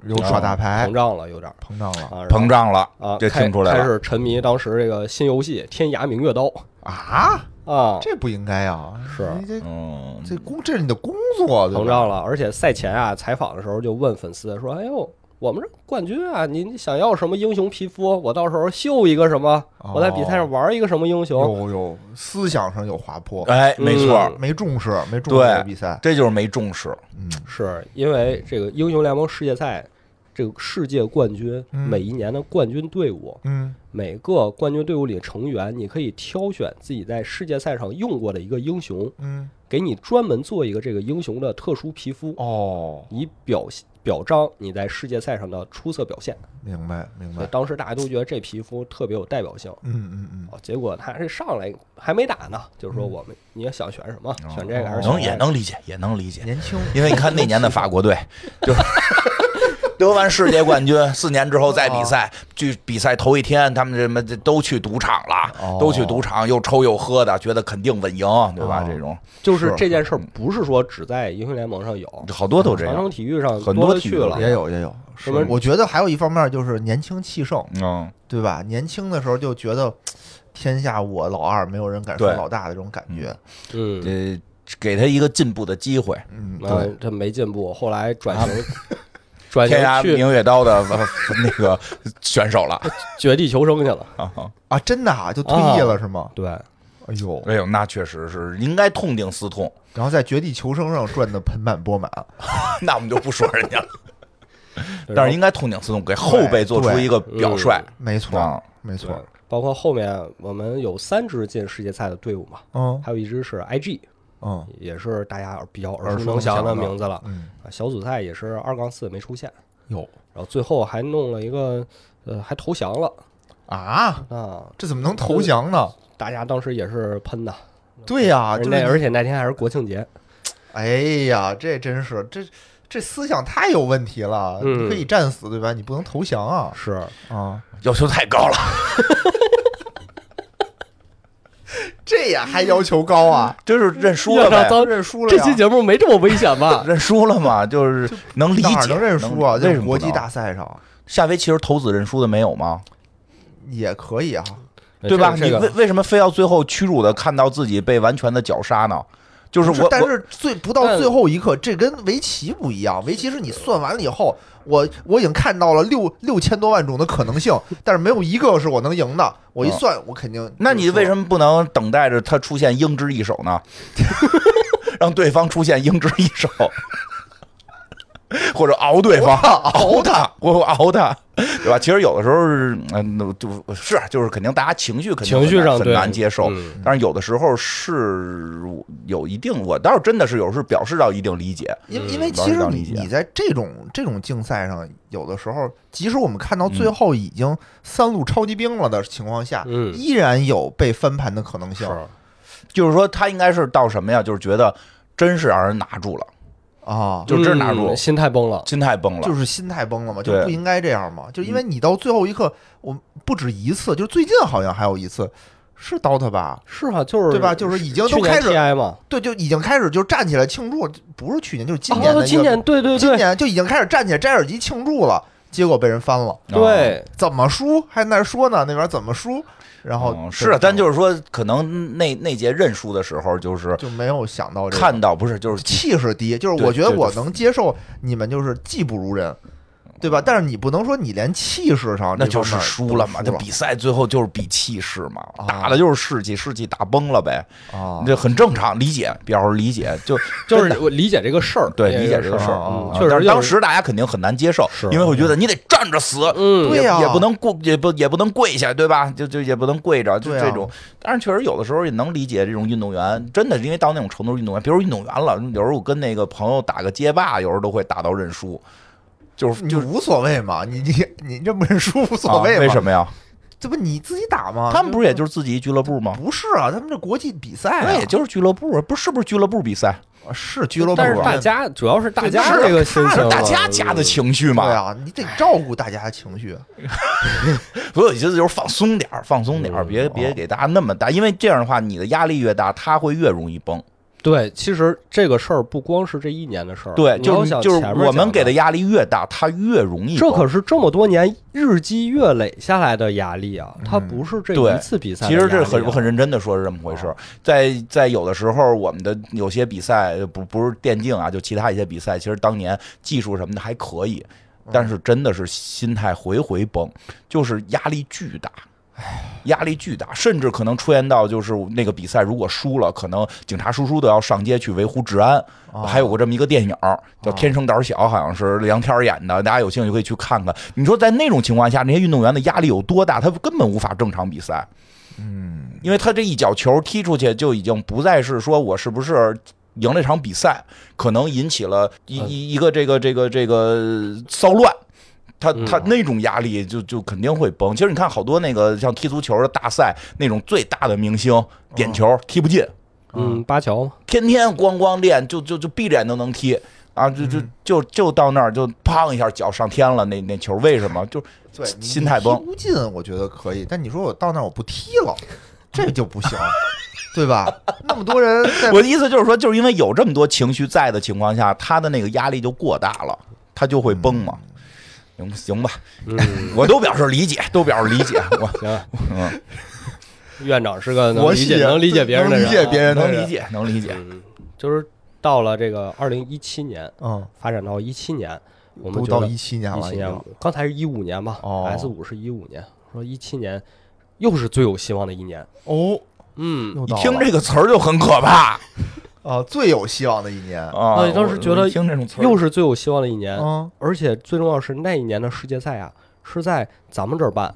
Speaker 3: 有耍大牌
Speaker 1: 膨，胀了有点儿
Speaker 3: 膨胀了
Speaker 1: 啊，然后
Speaker 2: 膨胀了，
Speaker 1: 啊，
Speaker 2: 这
Speaker 1: 开
Speaker 2: 听出来
Speaker 1: 开
Speaker 2: 了。
Speaker 1: 始沉迷当时这个新游戏《天涯明月刀》
Speaker 3: 啊，
Speaker 1: 啊，
Speaker 3: 这不应该啊，
Speaker 1: 是
Speaker 3: 你这
Speaker 2: 嗯，
Speaker 3: 这工这是你的工作，对吧
Speaker 1: 膨胀了，而且赛前啊采访的时候就问粉丝说：“哎呦，我们这冠军啊，你你想要什么英雄皮肤？我到时候秀一个什么？
Speaker 3: 哦
Speaker 1: 我在比赛上玩一个什么英雄？
Speaker 3: 有有思想上有滑坡，
Speaker 2: 哎，没错，
Speaker 1: 嗯
Speaker 3: 没重视，没重视
Speaker 2: 对
Speaker 3: 这个比赛，
Speaker 2: 这就是没重视。
Speaker 3: 嗯，
Speaker 1: 是因为这个英雄联盟世界赛，这个世界冠军
Speaker 3: 嗯
Speaker 1: 每一年的冠军队伍，
Speaker 3: 嗯，
Speaker 1: 每个冠军队伍里成员，你可以挑选自己在世界赛上用过的一个英雄，
Speaker 3: 嗯，
Speaker 1: 给你专门做一个这个英雄的特殊皮肤，
Speaker 3: 哦，
Speaker 1: 以表表彰你在世界赛上的出色表现。
Speaker 3: 明白明
Speaker 1: 所以
Speaker 3: 白，
Speaker 1: 当时大家都觉得这皮肤特别有代表性。
Speaker 3: 嗯嗯嗯，
Speaker 1: 哦，结果他这上来还没打呢，就是说我们你要想选什么，嗯选这个还是选
Speaker 2: 嗯哦能
Speaker 1: 那个
Speaker 2: 也能理解，也能理解，
Speaker 3: 年轻，
Speaker 2: 因为你看那年的法国队，就是 得完世界冠军，四年之后再比
Speaker 1: 哦
Speaker 2: 赛，去比赛头一天，他们什么这都去赌场
Speaker 3: 哦
Speaker 2: 了，都去赌场，又抽又喝的，觉得肯定稳赢，对吧
Speaker 3: 哦？
Speaker 2: 这种
Speaker 1: 就是这件事儿不是说只在英雄联盟上有，
Speaker 2: 好多都这
Speaker 1: 传
Speaker 2: 样
Speaker 1: 统。体育上
Speaker 2: 很
Speaker 1: 多
Speaker 2: 多
Speaker 1: 了
Speaker 2: 体育
Speaker 1: 去了
Speaker 2: 啊。
Speaker 3: 也有也有，是
Speaker 1: 什么
Speaker 3: 我觉得还有一方面就是年轻气盛，
Speaker 2: 嗯，
Speaker 3: 对吧？年轻的时候就觉得嗯天下我老二，没有人敢说
Speaker 2: 对
Speaker 3: 老大的这种感觉。
Speaker 1: 嗯，
Speaker 2: 呃，给他一个进步的机会。
Speaker 3: 嗯，
Speaker 1: 那这没进步，后来转 型转
Speaker 2: 啊天涯
Speaker 1: 型去
Speaker 2: 明月刀的 那个选手了，
Speaker 1: 绝地求生去了。
Speaker 2: 啊
Speaker 3: 啊，真的啊，就退役了是吗？
Speaker 1: 对，
Speaker 3: 哎呦，
Speaker 2: 哎呦，那确实是应该痛定思痛，
Speaker 3: 然后在绝地求生上赚的盆满钵满，
Speaker 2: 那我们就不说人家了，但
Speaker 1: 然后
Speaker 2: 是应该痛定思痛，给后辈做出一个表率。
Speaker 3: 没
Speaker 2: 啊
Speaker 3: 错，没
Speaker 1: 对
Speaker 3: 错，，
Speaker 1: 包括后面我们有三支进世界赛的队伍嘛，
Speaker 3: 嗯
Speaker 1: 还有一支是 IG，
Speaker 3: 嗯
Speaker 1: 也是大家比较
Speaker 3: 耳
Speaker 1: 耳熟
Speaker 3: 熟
Speaker 1: 能
Speaker 3: 能
Speaker 1: 详
Speaker 3: 详
Speaker 1: 的
Speaker 3: 的
Speaker 1: 名字了。
Speaker 3: 嗯，
Speaker 1: 啊，小组赛也是二杠四没出现，
Speaker 3: 有
Speaker 1: 然后最后还弄了一个，呃，还投降了
Speaker 3: 啊，
Speaker 1: 啊！
Speaker 3: 这怎么能投降呢？
Speaker 1: 大家当时也是喷的，
Speaker 3: 对呀，
Speaker 1: 而
Speaker 3: 啊就
Speaker 1: 那
Speaker 3: 是
Speaker 1: 而且那天还是国庆节，
Speaker 3: 哎呀，这真是这这思想太有问题了。
Speaker 1: 嗯
Speaker 3: 你可以战死，对吧？你不能投降啊
Speaker 1: 是
Speaker 3: 啊！
Speaker 2: 要求太高了，
Speaker 3: 这也还要求高啊？
Speaker 2: 就是认输
Speaker 1: 要
Speaker 2: 了
Speaker 1: 上
Speaker 2: 呗，
Speaker 1: 当
Speaker 3: 认输了
Speaker 1: 这
Speaker 3: 呀
Speaker 1: 期节目没这么危险吧？
Speaker 2: 认输了嘛，就是能理
Speaker 3: 哪儿
Speaker 2: 解，
Speaker 3: 嗯能认输啊？
Speaker 2: 能为
Speaker 3: 在
Speaker 2: 什么
Speaker 3: 国际
Speaker 2: 不能
Speaker 3: 大赛上
Speaker 2: 夏威夷其实投子认输的没有吗？
Speaker 3: 也可以啊。
Speaker 2: 对吧？
Speaker 1: 哎这
Speaker 2: 你为
Speaker 1: 个
Speaker 2: 为什么非要最后屈辱的看到自己被完全的绞杀呢？就是
Speaker 3: 不
Speaker 2: 我，
Speaker 3: 但
Speaker 2: 我
Speaker 3: 是最不到
Speaker 1: 但
Speaker 3: 最后一刻，这跟围棋不一样。围棋是你算完了以后，我我已经看到了六六千多万种的可能性，但是没有一个是我能赢的。我一
Speaker 2: 嗯
Speaker 3: 算，我肯定。
Speaker 2: 那你为什么不能等待着他出现鹰之一手 呢？让对方出现鹰之一手， 或者熬对方，熬他， 我熬他，对吧？其实有的时候是，嗯，那就是就是肯定大家情绪肯定
Speaker 1: 情绪
Speaker 2: 很难
Speaker 1: 上
Speaker 2: 很
Speaker 1: 对
Speaker 2: 难接受，
Speaker 1: 嗯
Speaker 2: 但是有的时候是有一定，我倒是真的是有时候表示到一定理解，
Speaker 3: 因
Speaker 1: 嗯
Speaker 3: 因为
Speaker 2: 玩
Speaker 3: 其
Speaker 2: 儿
Speaker 3: 实
Speaker 2: 要理
Speaker 3: 你
Speaker 2: 解
Speaker 3: 你在这种这种竞赛上，有的时候，即使我们看到最后已经三路超级兵了的情况下，
Speaker 1: 嗯
Speaker 3: 依然有被翻盘的可能性
Speaker 1: 是
Speaker 2: 就是说他应该是到什么呀？就是觉得真是让人拿住了，
Speaker 3: 啊。
Speaker 2: 就真拿住了
Speaker 1: 嗯心态崩了。
Speaker 2: 心态崩了，
Speaker 3: 就是心态崩了嘛，就
Speaker 2: 对
Speaker 3: 不应该这样嘛，就因
Speaker 1: 嗯
Speaker 3: 为你到最后一刻，我不止一次，就是最近好像还有一次是 DOTA 吧，
Speaker 1: 是啊，就是
Speaker 3: 对吧？就是已经
Speaker 1: 去
Speaker 3: 都
Speaker 1: 年
Speaker 3: 开始，
Speaker 1: TI 嘛，
Speaker 3: 对，就已经开始就站起来庆祝，不是去年，就是今年
Speaker 1: 哦，
Speaker 3: 的一
Speaker 1: 今
Speaker 3: 个，
Speaker 1: 年对对
Speaker 3: 今
Speaker 1: 对
Speaker 3: 年就已经开始站起来摘耳机庆祝了，结果被人翻了，
Speaker 1: 对，
Speaker 3: 怎么输还在那儿说呢？那边怎么输？然后
Speaker 1: 哦
Speaker 2: 嗯是啊，但就是说，可能那那节认输的时候，就是
Speaker 3: 就没有想到这个
Speaker 2: 看到不是，就是
Speaker 3: 气势低，就是
Speaker 2: 对
Speaker 3: 我觉得
Speaker 2: 对
Speaker 3: 我
Speaker 2: 对
Speaker 3: 能接受你们就是技不如人，对吧？但是你不能说你连气势上
Speaker 2: 嗯那就
Speaker 3: 啊这
Speaker 2: 是
Speaker 3: 方面
Speaker 2: 输了嘛。
Speaker 3: 都
Speaker 2: 这
Speaker 3: 输
Speaker 2: 比赛最后就是比气势嘛
Speaker 3: 啊，
Speaker 2: 打的就是士气，士气打崩了呗，
Speaker 3: 啊，
Speaker 2: 这很正常，理解，表示理解，就
Speaker 1: 就是
Speaker 2: 真的
Speaker 1: 我理解这个事儿，
Speaker 2: 对
Speaker 1: 也
Speaker 2: 理解这个
Speaker 1: 是
Speaker 2: 事儿
Speaker 1: 嗯
Speaker 3: 啊
Speaker 1: 确实
Speaker 2: 但
Speaker 1: 就是
Speaker 2: 当时大家肯定很难接受
Speaker 1: 是，
Speaker 2: 因为会觉得你得站着死，
Speaker 1: 嗯
Speaker 3: 对
Speaker 2: 也
Speaker 3: 呀
Speaker 2: 也不能跪，也不也不能跪下，对吧？就就也不能跪着，就
Speaker 3: 对啊
Speaker 2: 这种。但是确实有的时候也能理解这种运动员，真的是因为到那种程度，运动员，比如运动员了，有时候我跟那个朋友打个街霸，有时候都会打到认输，就是
Speaker 3: 你
Speaker 2: 就是
Speaker 3: 无所谓嘛，你你你认不认输无所谓
Speaker 2: 啊
Speaker 3: 嘛，
Speaker 2: 为什么呀？
Speaker 3: 这不你自己打吗？
Speaker 2: 啊他们不是也就是自己俱乐部吗？
Speaker 3: 不是啊，他们这国际比赛、啊
Speaker 2: 那，也就是俱乐部，不是是不是俱乐部比赛？
Speaker 3: 啊是俱乐部、啊，
Speaker 1: 但是大家主要是大家
Speaker 2: 是
Speaker 1: 这个心
Speaker 2: 看
Speaker 1: 情
Speaker 2: 着
Speaker 1: 啊，
Speaker 2: 大家加的情绪嘛
Speaker 3: 对，啊，你得照顾大家的情绪。
Speaker 2: 所以我觉得就是放松点儿，放松点儿，
Speaker 1: 嗯
Speaker 2: 别别给大家那么大，因为这样的话，你的压力越大，他会越容易崩。
Speaker 1: 对，其实这个事儿不光是这一年的事儿，
Speaker 2: 对，
Speaker 1: 你要
Speaker 2: 就是
Speaker 1: 想
Speaker 2: 就是
Speaker 1: 前面
Speaker 2: 我们
Speaker 1: 讲
Speaker 2: 给的压力越大，他越容易
Speaker 1: 这
Speaker 2: 崩。
Speaker 1: 可是这么多年日积月累下来的压力啊，它
Speaker 3: 嗯
Speaker 1: 不是这
Speaker 2: 对
Speaker 1: 一次比赛、
Speaker 2: 其实这很
Speaker 1: 啊
Speaker 2: 我很，认真的说是这么回事，在在有的时候，我们的有些比赛不不是电竞啊，就其他一些比赛，其实当年技术什么的还可以，但是真的是心态回回崩，就是压力巨大。压力巨大，甚至可能出现到就是那个比赛如果输了，可能警察叔叔都要上街去维护治安。
Speaker 3: 啊
Speaker 2: 还有过这么一个电影儿叫《天生胆小》，好像是梁天儿演的，大家有兴趣可以去看看。你说在那种情况下，那些运动员的压力有多大？他根本无法正常比赛。嗯，因为他这一脚球踢出去，就已经不再是说我是不是。赢了一场比赛，可能引起了一一一个这个这个这个骚乱，他
Speaker 1: 嗯
Speaker 2: 他那种压力就就肯定会崩。其实你看好多那个像踢足球的大赛，那种最大的明星点球踢不进，
Speaker 1: 嗯，巴乔嘛，
Speaker 2: 天天咣咣练，就就就闭着眼都能踢啊！就
Speaker 3: 嗯
Speaker 2: 就就就到那儿就砰一下脚上天了，那那球为什么就
Speaker 3: 对，你
Speaker 2: 心态崩
Speaker 3: 你踢不进，我觉得可以。但你说我到那儿我不踢了，这就不行，对吧？那么多人在
Speaker 2: 我的意思就是说，就是因为有这么多情绪在的情况下，他的那个压力就过大了，他就 会崩嘛。行行吧，
Speaker 1: 嗯，
Speaker 2: 我都表示理解，都表示理解。我
Speaker 1: 行，
Speaker 2: 嗯，
Speaker 1: 院长是个能
Speaker 3: 国
Speaker 1: 理
Speaker 3: 系
Speaker 1: 解能理解别人的人啊，
Speaker 3: 能理 解别人的
Speaker 2: 能
Speaker 3: 人
Speaker 2: 理解，能理解。
Speaker 1: 嗯，就是到了这个二零一七年，
Speaker 3: 嗯，
Speaker 1: 发展到一七年，我们
Speaker 3: 都
Speaker 1: 觉
Speaker 3: 到
Speaker 1: 得
Speaker 3: 一七年了，
Speaker 1: 17
Speaker 3: 已
Speaker 1: 年
Speaker 3: 经，
Speaker 1: 刚才是一五年吧
Speaker 3: 哦
Speaker 1: ，S 五是一五年，说一七年又是最有希望的一年，
Speaker 3: 哦，
Speaker 1: 嗯，
Speaker 3: 又
Speaker 2: 你
Speaker 3: 到
Speaker 2: 听
Speaker 3: 了
Speaker 2: 这个词儿就很可怕
Speaker 3: 啊，最有希望的一年
Speaker 2: 啊！
Speaker 1: 那当时
Speaker 2: 我
Speaker 1: 觉得
Speaker 2: 我听这种词儿
Speaker 1: 又是最有希望的一年，
Speaker 3: 啊，
Speaker 1: 而且最重要是那一年的世界赛啊是在咱们这儿办，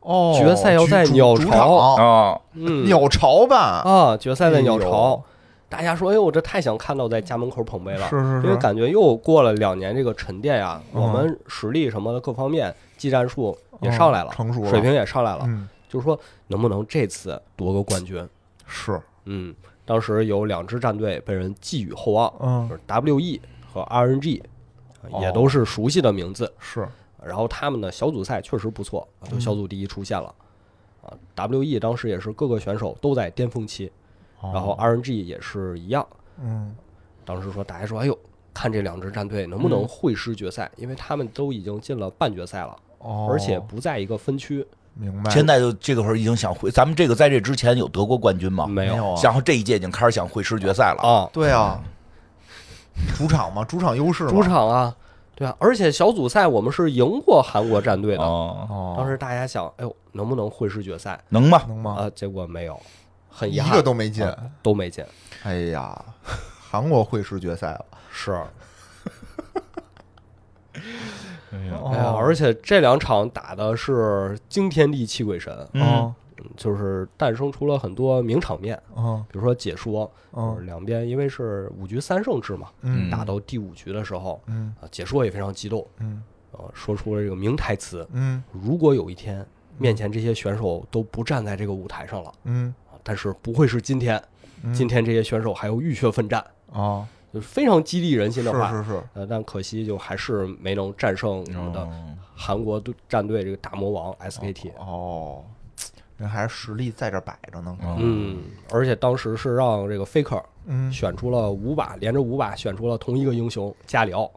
Speaker 3: 哦，
Speaker 1: 决赛要在
Speaker 3: 主
Speaker 1: 鸟
Speaker 3: 主
Speaker 1: 巢
Speaker 3: 场
Speaker 2: 啊，
Speaker 1: 嗯，
Speaker 3: 鸟巢吧？
Speaker 1: 啊，决赛在鸟
Speaker 3: 哎
Speaker 1: 巢
Speaker 3: 呦，
Speaker 1: 大家说，哎呦，我这太想看到在家门口捧杯了，
Speaker 3: 是是
Speaker 1: 因为
Speaker 3: 是
Speaker 1: 感觉又过了两年这个沉淀呀，
Speaker 3: 嗯
Speaker 1: 我们实力什么的各方面技战术也上来了
Speaker 3: 嗯，成熟了
Speaker 1: 水平也上来了，
Speaker 3: 嗯，
Speaker 1: 就是说能不能这次夺个冠军？
Speaker 3: 是，
Speaker 1: 嗯，当时有两支战队被人寄予厚望，
Speaker 3: 嗯
Speaker 1: 就，是 WE 和 RNG，
Speaker 3: 哦
Speaker 1: 啊也都是熟悉的名字。
Speaker 3: 是，
Speaker 1: 然后他们的小组赛确实不错，啊
Speaker 3: 嗯
Speaker 1: 就小组第一出现了。啊，WE 当时也是各个选手都在巅峰期，
Speaker 3: 哦
Speaker 1: 然后 RNG 也是一样。
Speaker 3: 嗯，
Speaker 1: 当时说大家说，哎呦，看这两支战队能不
Speaker 3: 嗯
Speaker 1: 能会师决赛，因为他们都已经进了半决赛了，
Speaker 3: 哦，
Speaker 1: 而且不在一个分区，
Speaker 3: 明白，
Speaker 2: 现在就这个会儿已经想回，咱们这个在这之前有得过冠军吗？
Speaker 1: 没
Speaker 3: 没有啊
Speaker 2: 然后这一届已经开始想会师决赛了。
Speaker 1: 啊，
Speaker 3: 对啊，主场嘛，主场优势嘛，
Speaker 1: 嗯主场啊，对啊，而且小组赛我们是赢过韩国战队的。
Speaker 2: 哦，
Speaker 3: 哦，
Speaker 1: 当时大家想，哎呦，能不能会师决赛
Speaker 2: 能吗？
Speaker 3: 能吗？
Speaker 1: 啊？结果没有，很
Speaker 3: 一
Speaker 1: 遗憾，
Speaker 3: 个都没进，
Speaker 1: 啊都没进。
Speaker 3: 哎呀，韩国会师决赛了，
Speaker 1: 是，哎呀，
Speaker 3: 哦，
Speaker 1: 而且这两场打的是惊天地泣鬼神，
Speaker 2: 嗯
Speaker 3: 嗯
Speaker 1: 就是诞生出了很多名场面，
Speaker 3: 嗯
Speaker 1: 比如说解说，就是
Speaker 3: 嗯
Speaker 1: 两边因为是五局三胜制嘛，
Speaker 3: 嗯
Speaker 1: 打到第五局的时候，
Speaker 3: 嗯
Speaker 1: 啊，解说也非常激动，
Speaker 3: 嗯
Speaker 1: 啊，说出了这个名台词：
Speaker 3: 嗯
Speaker 1: 如果有一天面前这些选手都不站在这个舞台上了，
Speaker 3: 嗯
Speaker 1: 啊但是不会是今天，
Speaker 3: 嗯，
Speaker 1: 今天这些选手还要浴血奋战，
Speaker 3: 啊，
Speaker 1: 就是非常激励人心
Speaker 3: 是
Speaker 1: 的话。
Speaker 3: 是是，
Speaker 1: 呃，但可惜就还是没能战胜我们的
Speaker 2: 嗯
Speaker 1: 韩国队战队这个大魔王 SKT。
Speaker 3: 哦，人还是实力在这摆着呢，
Speaker 1: 嗯，而且当时是让这个 Faker
Speaker 3: 嗯，
Speaker 1: 选出了五把，连着五把选出了同一个英雄加里奥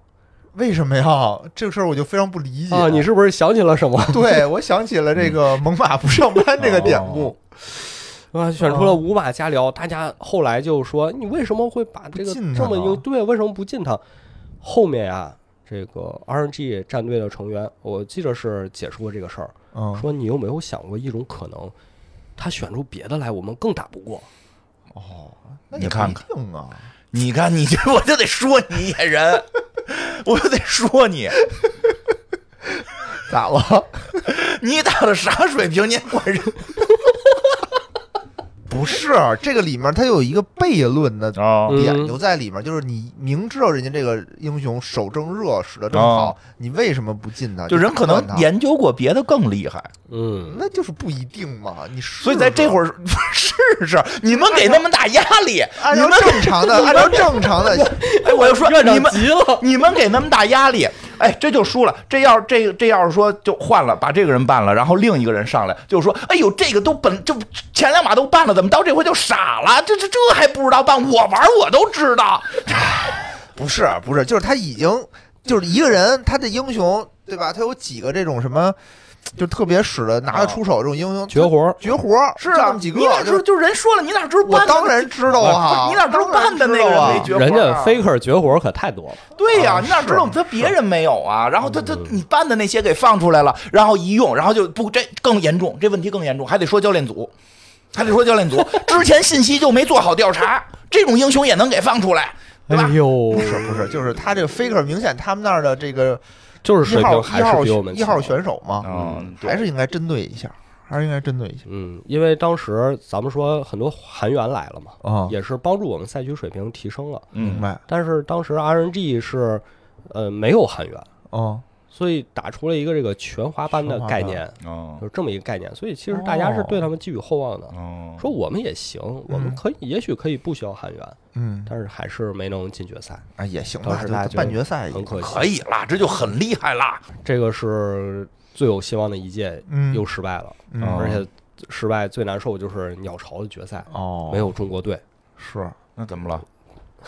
Speaker 3: 为什么呀？这个事儿我就非常不理解
Speaker 1: 啊！你是不是想起了什么？
Speaker 3: 对，我想起了这个猛犸不上班这个典故，哦
Speaker 1: 啊，选出了五把加里奥，大家后来就说你为什么会把这个
Speaker 3: 不进他啊
Speaker 1: 这么
Speaker 3: 呢
Speaker 1: 优对为什么不进他？后面呀、啊这个 RNG 战队的成员，我记得是解释过这个事儿，
Speaker 3: 嗯，
Speaker 1: 说你有没有想过一种可能，他选出别的来，我们更打不过。
Speaker 3: 哦，那
Speaker 2: 你
Speaker 3: 也不
Speaker 2: 看
Speaker 3: 一
Speaker 2: 看
Speaker 3: 定啊，
Speaker 2: 你看，你这 我就得说你野 人，我就得说你，
Speaker 3: 咋了？
Speaker 2: 你打的啥水平？你还管人
Speaker 3: 不是，这个里面它有一个悖论的
Speaker 2: 啊
Speaker 1: 嗯
Speaker 3: 点就在里面，就是你明知道人家这个英雄手正热，使得正好
Speaker 2: 哦，
Speaker 3: 你为什么不进他？
Speaker 2: 啊就人可
Speaker 3: 啊你
Speaker 2: 能
Speaker 3: 不管
Speaker 2: 研究过别的更厉害，
Speaker 3: 他，
Speaker 1: 嗯，
Speaker 3: 那就是不一定嘛。你试试
Speaker 2: 所以在这会
Speaker 3: 儿，
Speaker 2: 儿 试试，你们给那么大压力，
Speaker 3: 按
Speaker 2: 你
Speaker 3: 照
Speaker 2: 们
Speaker 3: 正 常的，按照正常的，
Speaker 2: 哎，我就说
Speaker 1: 院
Speaker 2: 你
Speaker 1: 长
Speaker 2: 们
Speaker 1: 急了，
Speaker 2: 你们给那么大压力，哎，这就输了。这要这这要是说就换了，把这个人办了，然后另一个人上来就说，哎呦，这个都本就前两把都办了，怎么到这回就傻了？这这这还不知道办？我玩我都知道，
Speaker 3: 不是不是，就是他已经就是一个人，他的英雄对吧？他有几个这种什么，就特别使得拿得出手这种英雄
Speaker 1: 啊绝活儿，
Speaker 3: 绝活儿
Speaker 2: 是
Speaker 3: 就
Speaker 2: 啊
Speaker 3: 那，么几个
Speaker 2: 你哪，
Speaker 3: 就
Speaker 2: 知就人说了，你哪知道
Speaker 3: 我
Speaker 2: 办的？
Speaker 3: 当然知道啊，
Speaker 2: 你哪知道办的那个
Speaker 3: 当然知道啊
Speaker 2: 人没绝活啊
Speaker 1: 人家 faker 绝活儿可太多了。
Speaker 2: 对呀、
Speaker 3: 啊
Speaker 2: 你哪知道
Speaker 3: 是
Speaker 2: 他别人没有啊？然后他他
Speaker 1: 嗯
Speaker 2: 你办的那些给放出来了，然后一用，然后就不这更严重，这问题更严重，还得说教练组，还得说教练组之前信息就没做好调查，这种英雄也能给放出来，对吧？
Speaker 1: 呦，
Speaker 3: 不是不是，就是他这个 faker 明显他们那儿的这个
Speaker 1: 就是
Speaker 3: 一
Speaker 1: 水
Speaker 3: 号
Speaker 1: 平
Speaker 3: 一
Speaker 1: 还是
Speaker 3: 号
Speaker 1: 比我们
Speaker 3: 一号
Speaker 1: 强
Speaker 3: 选手嘛，
Speaker 2: 嗯，
Speaker 3: 还是应该针对一下，还是应该针对一下
Speaker 1: 嗯，因为当时咱们说很多韩援来了嘛，
Speaker 3: 啊
Speaker 1: 也嗯是帮助我们赛区水平提升了。
Speaker 3: 明
Speaker 2: 嗯，
Speaker 3: 白
Speaker 1: 但是当时 RNG 是呃没有韩援，
Speaker 3: 哦，
Speaker 1: 所以打出了一个这个全华班的
Speaker 3: 全华班
Speaker 1: 概念，
Speaker 2: 哦
Speaker 1: 有这么一个概念。所以其实大家是对他们寄予厚望的，
Speaker 2: 哦
Speaker 1: 说我们也行，我们可以、也许可以不需要韩援，
Speaker 3: 嗯
Speaker 1: 但是还是没能进决赛，
Speaker 3: 啊也行
Speaker 1: 当
Speaker 3: 吧，
Speaker 1: 时
Speaker 3: 就
Speaker 1: 大家
Speaker 3: 就
Speaker 1: 就
Speaker 3: 半决赛
Speaker 1: 很可惜。
Speaker 2: 可以啦，这就很厉害啦。
Speaker 1: 这个是最有希望的一届，
Speaker 3: 嗯
Speaker 1: 又失败了，啊
Speaker 3: 嗯
Speaker 2: 哦
Speaker 1: 而且失败最难受就是鸟巢的决赛，
Speaker 3: 哦
Speaker 1: 没有中国队。
Speaker 3: 是
Speaker 2: 那怎么了？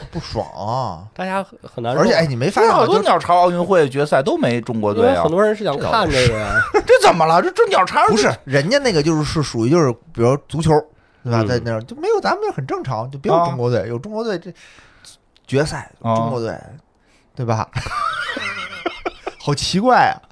Speaker 3: 不爽啊，
Speaker 1: 大家很很难受，
Speaker 3: 而且哎你没发
Speaker 2: 现
Speaker 3: 现
Speaker 2: 好多
Speaker 3: 就
Speaker 2: 鸟巢奥运会决赛都没中国
Speaker 1: 因
Speaker 2: 队
Speaker 1: 为
Speaker 2: 啊
Speaker 1: 很，多人是想看这个呀，
Speaker 2: 这怎么了？这这鸟巢
Speaker 3: 不是人家那个就是是属于就是比如足球对吧，
Speaker 1: 嗯
Speaker 3: 在那儿就没有咱们这很正常，就别有
Speaker 2: 啊
Speaker 3: 中国队，有中国队这决赛
Speaker 2: 啊
Speaker 3: 中国队对吧？ 好奇怪啊。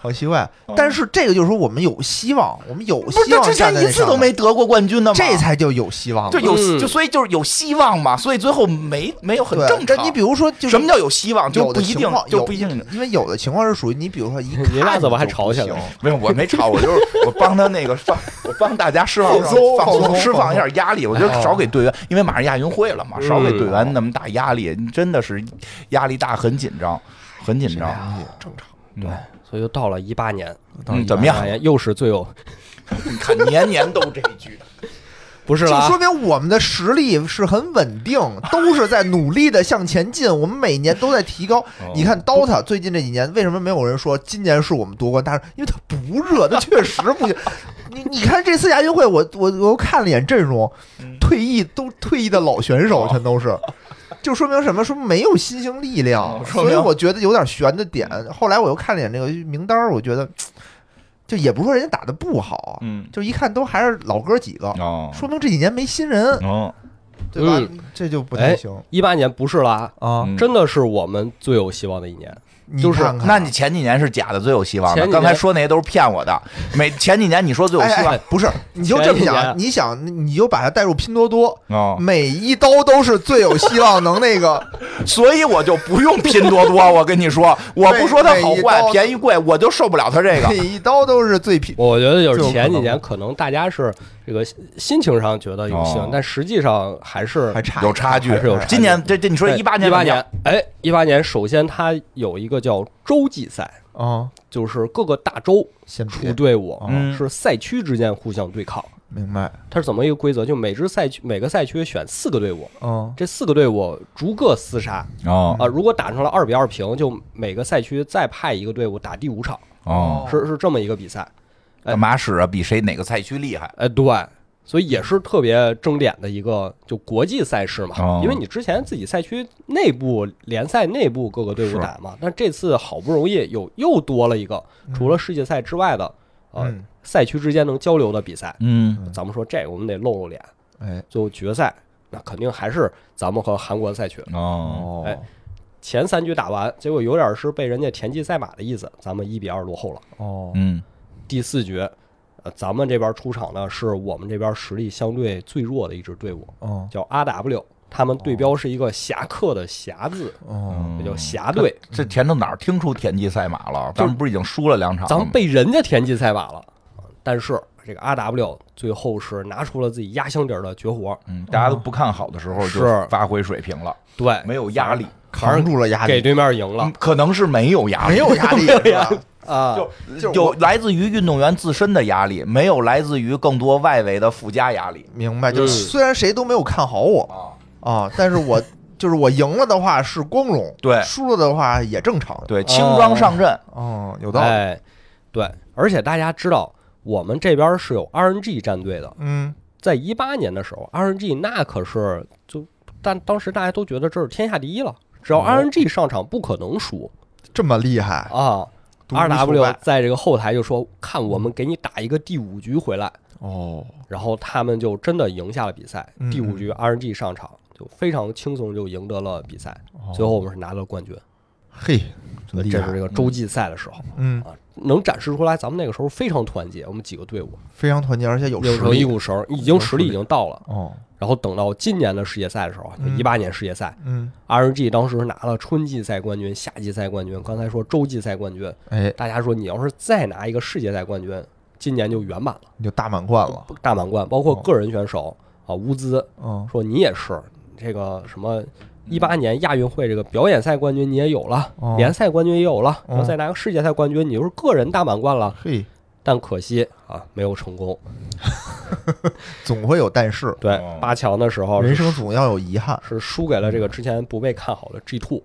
Speaker 3: 好奇怪，但是这个就是说我们有希望，我们有
Speaker 2: 啊不是
Speaker 3: 希
Speaker 2: 这
Speaker 3: 望
Speaker 2: 之
Speaker 3: 站
Speaker 2: 前
Speaker 3: 在
Speaker 2: 一
Speaker 3: 那
Speaker 2: 次
Speaker 3: 上
Speaker 2: 都
Speaker 3: 的
Speaker 2: 没得过冠军的吗？
Speaker 3: 这才叫有希望嘛。
Speaker 2: 就有、
Speaker 1: 嗯
Speaker 2: 就所以就是有希望嘛，所以最后没没有很
Speaker 3: 对
Speaker 2: 正
Speaker 3: 但
Speaker 2: 常。
Speaker 3: 你比如说，就是
Speaker 2: 什么叫有希望？就
Speaker 3: 有
Speaker 2: 不
Speaker 3: 的
Speaker 2: 一
Speaker 3: 情
Speaker 2: 定
Speaker 3: 况，
Speaker 2: 就
Speaker 3: 有
Speaker 2: 不一定。
Speaker 3: 因为有的情况是属于你，比如说一
Speaker 1: 你俩
Speaker 3: 看
Speaker 1: 怎么
Speaker 3: 你
Speaker 1: 还
Speaker 3: 就
Speaker 1: 吵
Speaker 3: 不
Speaker 1: 起来
Speaker 3: 行
Speaker 1: 了
Speaker 2: 没有，我没吵，我就是我帮他那个放，我帮大家释放
Speaker 3: 放松
Speaker 2: 放
Speaker 3: 放松啊
Speaker 2: 释放一下压力。我觉得少给队员，因为马上亚运会了嘛，少给队员
Speaker 3: 嗯
Speaker 2: 那么大压力，真的是压力大，很紧张，很紧
Speaker 3: 这
Speaker 2: 张。
Speaker 3: 东西正常。
Speaker 2: 对，
Speaker 1: 所以就到了一八年，
Speaker 2: 嗯，怎么样
Speaker 1: 18？年又是最有
Speaker 2: 你看年年都这一 句，
Speaker 1: 不是
Speaker 3: 就
Speaker 1: 了
Speaker 3: 说
Speaker 1: 啊，
Speaker 3: 明我们的实力是很稳定，都是在努力的向前进。我们每年都在提高。
Speaker 2: 哦
Speaker 3: 你看 DOTA 最近这几年，为什么没有人说今年是我们夺冠大热？因为它不热，它确实不行。 你你看这次亚运会，我我我又看了一眼阵容，
Speaker 2: 嗯
Speaker 3: 退役都退役的老选手全都是， 就说明什么？说明没有新兴力量
Speaker 2: 哦，说
Speaker 3: 所以
Speaker 2: 明嗯
Speaker 3: 我觉得有点悬的点。后来我又看了一眼这个名单儿，我觉得就也不是说人家打的不好，
Speaker 2: 嗯，
Speaker 3: 就一看都还是老哥几个，
Speaker 2: 哦
Speaker 3: 说啊明这几年没新人，
Speaker 2: 哦，
Speaker 3: 对吧
Speaker 1: 嗯？
Speaker 3: 这就不太行
Speaker 1: 一八年不是了啊，
Speaker 3: 啊
Speaker 2: 哎嗯
Speaker 1: 真的是我们最有希望的一年。
Speaker 3: 你
Speaker 1: 就是
Speaker 3: 看看
Speaker 2: 那你前几年是假的最有希望
Speaker 1: 前
Speaker 2: 的，
Speaker 1: 几年
Speaker 2: 刚才说那些都是骗我的。每前几年你说最有
Speaker 3: 哎
Speaker 2: 希望
Speaker 3: 哎，不是，你就这
Speaker 1: 前
Speaker 3: 么
Speaker 1: 一年
Speaker 3: 想，你想，你就把它带入拼多多，
Speaker 2: 哦，
Speaker 3: 每一刀都是最有希望能那个，
Speaker 2: 所以我就不用拼多多。我跟你 说，我不说它好
Speaker 3: 每一
Speaker 2: 坏
Speaker 3: 刀，
Speaker 2: 便宜贵，我就受不了它 这个
Speaker 3: 每。一刀都是最拼。
Speaker 1: 我觉得就是前几
Speaker 3: 就有可
Speaker 1: 年可能大家是这个心情上觉得有希望，
Speaker 2: 哦
Speaker 1: 但实际上还是
Speaker 3: 还差
Speaker 2: 有差距
Speaker 1: 还是有差距
Speaker 2: 今年这这你说一八年
Speaker 1: 一八
Speaker 2: 怎么样
Speaker 1: 年，哎，一八年首先它有一个叫洲际赛，
Speaker 2: 哦
Speaker 3: 啊，
Speaker 1: 就是各个大洲
Speaker 3: 先
Speaker 1: 出队伍，
Speaker 2: 嗯
Speaker 1: 是赛区之间互相对抗。
Speaker 3: 明白，
Speaker 1: 它是怎么一个规则？就每支赛区每个赛区选四个队伍，
Speaker 3: 嗯
Speaker 1: 这四个队伍逐个厮杀
Speaker 2: 哦
Speaker 1: 啊！如果打成了二比二平，就每个赛区再派一个队伍打第五场，
Speaker 2: 哦，
Speaker 1: 是是这么一个比赛。哎
Speaker 2: 干嘛使啊？比谁哪个赛区厉害？
Speaker 1: 哎，对，所以也是特别争点的一个就国际赛事嘛，
Speaker 2: 哦
Speaker 1: 因为你之前自己赛区内部联赛内部各个队伍
Speaker 2: 是
Speaker 1: 打嘛，但这次好不容易有又多了一个
Speaker 2: 嗯
Speaker 1: 除了世界赛之外的呃、
Speaker 3: 嗯
Speaker 1: 赛区之间能交流的比赛。
Speaker 2: 嗯
Speaker 1: 咱们说这个我们得露露脸，
Speaker 3: 哎
Speaker 1: 最后决赛那肯定还是咱们和韩国赛区。
Speaker 2: 嗯哦
Speaker 1: 哎，前三局打完，结果有点是被人家田忌赛马的意思，咱们一比二落后了。
Speaker 3: 哦，
Speaker 2: 嗯
Speaker 1: 第四局，呃，咱们这边出场的是我们这边实力相对最弱的一支队伍，
Speaker 2: 嗯
Speaker 3: 哦，
Speaker 1: 叫 RW，他们对标是一个侠客的侠字，
Speaker 3: 哦，
Speaker 1: 也
Speaker 2: 嗯，
Speaker 1: 叫侠队。
Speaker 2: 这田正哪儿听出田忌赛马了？咱们不是已经输了两场了吗？
Speaker 3: 嗯
Speaker 1: 咱们被人家田忌赛马了，但是这个 RW 最后是拿出了自己压箱底儿的绝活，
Speaker 2: 嗯，大家都不看好的时候就是发挥水平了，
Speaker 1: 对，
Speaker 2: 没有压力，
Speaker 3: 扛住了压
Speaker 1: 给
Speaker 3: 力，
Speaker 1: 对面赢了
Speaker 2: 嗯可能是没有压力，
Speaker 3: 没有压力，是吧
Speaker 1: 啊，
Speaker 3: 就
Speaker 2: 就是 有
Speaker 3: 我
Speaker 2: 来自于运动员自身的压力，没有来自于更多外围的附加压力
Speaker 3: 明白，就是
Speaker 1: 嗯
Speaker 3: 虽然谁都没有看好我
Speaker 2: 啊。
Speaker 3: 啊，但是我 就是我赢了的话是光荣，
Speaker 2: 对
Speaker 3: 输了的话也正常，，
Speaker 2: 对，轻装上阵，
Speaker 3: 哦，有道理，
Speaker 1: 哎，对，而且大家知道，我们这边是有 RNG 战队的，
Speaker 3: 嗯，
Speaker 1: 在一八年的时候，RNG 那可是就，但当时大家都觉得这是天下第一了，只要
Speaker 3: 哦
Speaker 1: RNG 上场不可能输
Speaker 3: 这么厉害，
Speaker 1: 啊。
Speaker 3: 哎独孤求
Speaker 1: RW
Speaker 3: 败
Speaker 1: 在这个后台就说：“看我们给你打一个第五局回来。
Speaker 3: 哦，”
Speaker 1: 然后他们就真的赢下了比赛。
Speaker 3: 嗯
Speaker 1: 第五局 RNG 上场就非常轻松就赢得了比赛，最后我们是拿到了冠军。
Speaker 3: 嘿，
Speaker 1: 所
Speaker 3: 真
Speaker 1: 以
Speaker 3: 哦厉
Speaker 1: 这是
Speaker 3: 害
Speaker 1: 这，个洲际赛的时候
Speaker 3: 嗯，
Speaker 1: 啊，能展示出来咱们那个时候非常团结，我们几个队伍
Speaker 3: 非常团结，而且有
Speaker 1: 拧
Speaker 3: 实
Speaker 1: 成一
Speaker 3: 力，
Speaker 1: 股绳儿，已经实力已经到了。
Speaker 3: 哦，
Speaker 1: 然后等到今年的世界赛的时候，就
Speaker 3: 嗯
Speaker 1: 一八年世界赛
Speaker 3: 嗯，
Speaker 1: ，RNG 当时拿了春季赛冠军、夏季赛冠军，刚才说洲际赛冠军，
Speaker 3: 哎，
Speaker 1: 大家说你要是再拿一个世界赛冠军，今年就圆满了，
Speaker 3: 你就大满贯了，
Speaker 1: 大满贯，包括
Speaker 3: 哦
Speaker 1: 个人选手啊，乌兹
Speaker 3: 嗯，
Speaker 1: 说你也是这个什么。一八年亚运会这个表演赛冠军你也有了，
Speaker 3: 哦
Speaker 1: 联赛冠军也有了，然后
Speaker 3: 哦
Speaker 1: 再拿个世界赛冠军，你就是个人大满贯了。
Speaker 3: 嘿，
Speaker 1: 但可惜啊，没有成功。
Speaker 3: 总会有但是，
Speaker 1: 对
Speaker 2: 哦，
Speaker 1: 八强的时候
Speaker 3: 人
Speaker 1: 是
Speaker 3: 生总要有遗憾，
Speaker 1: 是输给了这个之前不被看好的 G Two。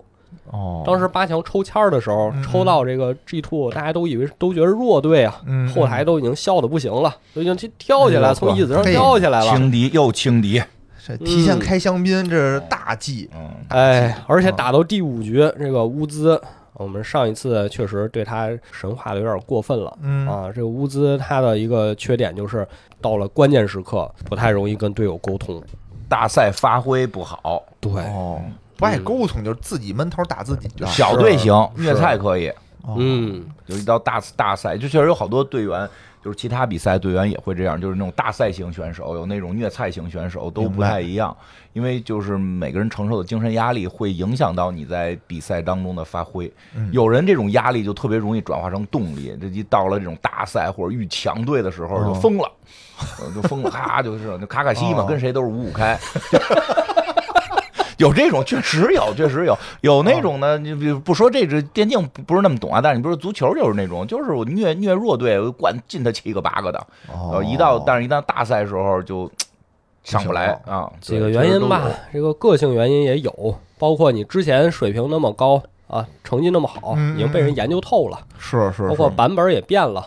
Speaker 3: 哦，
Speaker 1: 当时八强抽签儿的时候
Speaker 3: 嗯，
Speaker 1: 抽到这个 G Two，大家都以为都觉得弱队啊
Speaker 3: 嗯，
Speaker 1: 后台都已经笑的不行了，都已经去跳起
Speaker 3: 哎
Speaker 1: 来，
Speaker 3: 呦
Speaker 1: 从椅子上
Speaker 3: 嘿
Speaker 1: 跳起来了。
Speaker 2: 轻敌又轻敌，
Speaker 3: 这提前
Speaker 1: 嗯
Speaker 3: 开香槟，这是大忌，
Speaker 2: 嗯，
Speaker 1: 哎，而
Speaker 3: 啊
Speaker 1: 且打到第五局，这个乌兹，我们上一次确实对他神话的有点过分了。
Speaker 3: 嗯，
Speaker 1: 啊，这个乌兹他的一个缺点就是到了关键时刻不太容易跟队友沟通。
Speaker 2: 大赛发挥不好，
Speaker 1: 对，
Speaker 3: 哦，不爱沟通，就是自己闷头打自己的。
Speaker 2: 小队行，
Speaker 1: 是
Speaker 2: 虐菜可以，
Speaker 3: 哦，
Speaker 1: 嗯，
Speaker 2: 有一到大大赛，就确实有好多队员，就是其他比赛队员也会这样，就是那种大赛型选手，有那种虐菜型选手都
Speaker 3: 明
Speaker 2: 不
Speaker 3: 白
Speaker 2: 太一样，因为就是每个人承受的精神压力会影响到你在比赛当中的发挥。
Speaker 3: 嗯
Speaker 2: 有人这种压力就特别容易转化成动力，这一到了这种大赛或者遇强队的时候
Speaker 3: 哦
Speaker 2: 就疯了，呃就疯了，咔就是就卡卡西嘛，
Speaker 3: 哦
Speaker 2: 跟谁都是五五开。 有这种，确实有，确实有，有那种呢。你比如不说这支电竞不不是那么懂啊，但是你比如足球就是那种，就是我虐虐弱队，我灌进他七个八个的。
Speaker 3: 哦
Speaker 2: 呃，一到但是一到大赛时候就上不
Speaker 3: 哦
Speaker 2: 来啊，
Speaker 1: 几个原因吧，这个个性原因也有，包括你之前水平那么高啊，成绩那么好，
Speaker 3: 嗯
Speaker 1: 已经被人研究透了，
Speaker 3: 是是，
Speaker 1: 包括
Speaker 3: 是
Speaker 1: 版本也变了，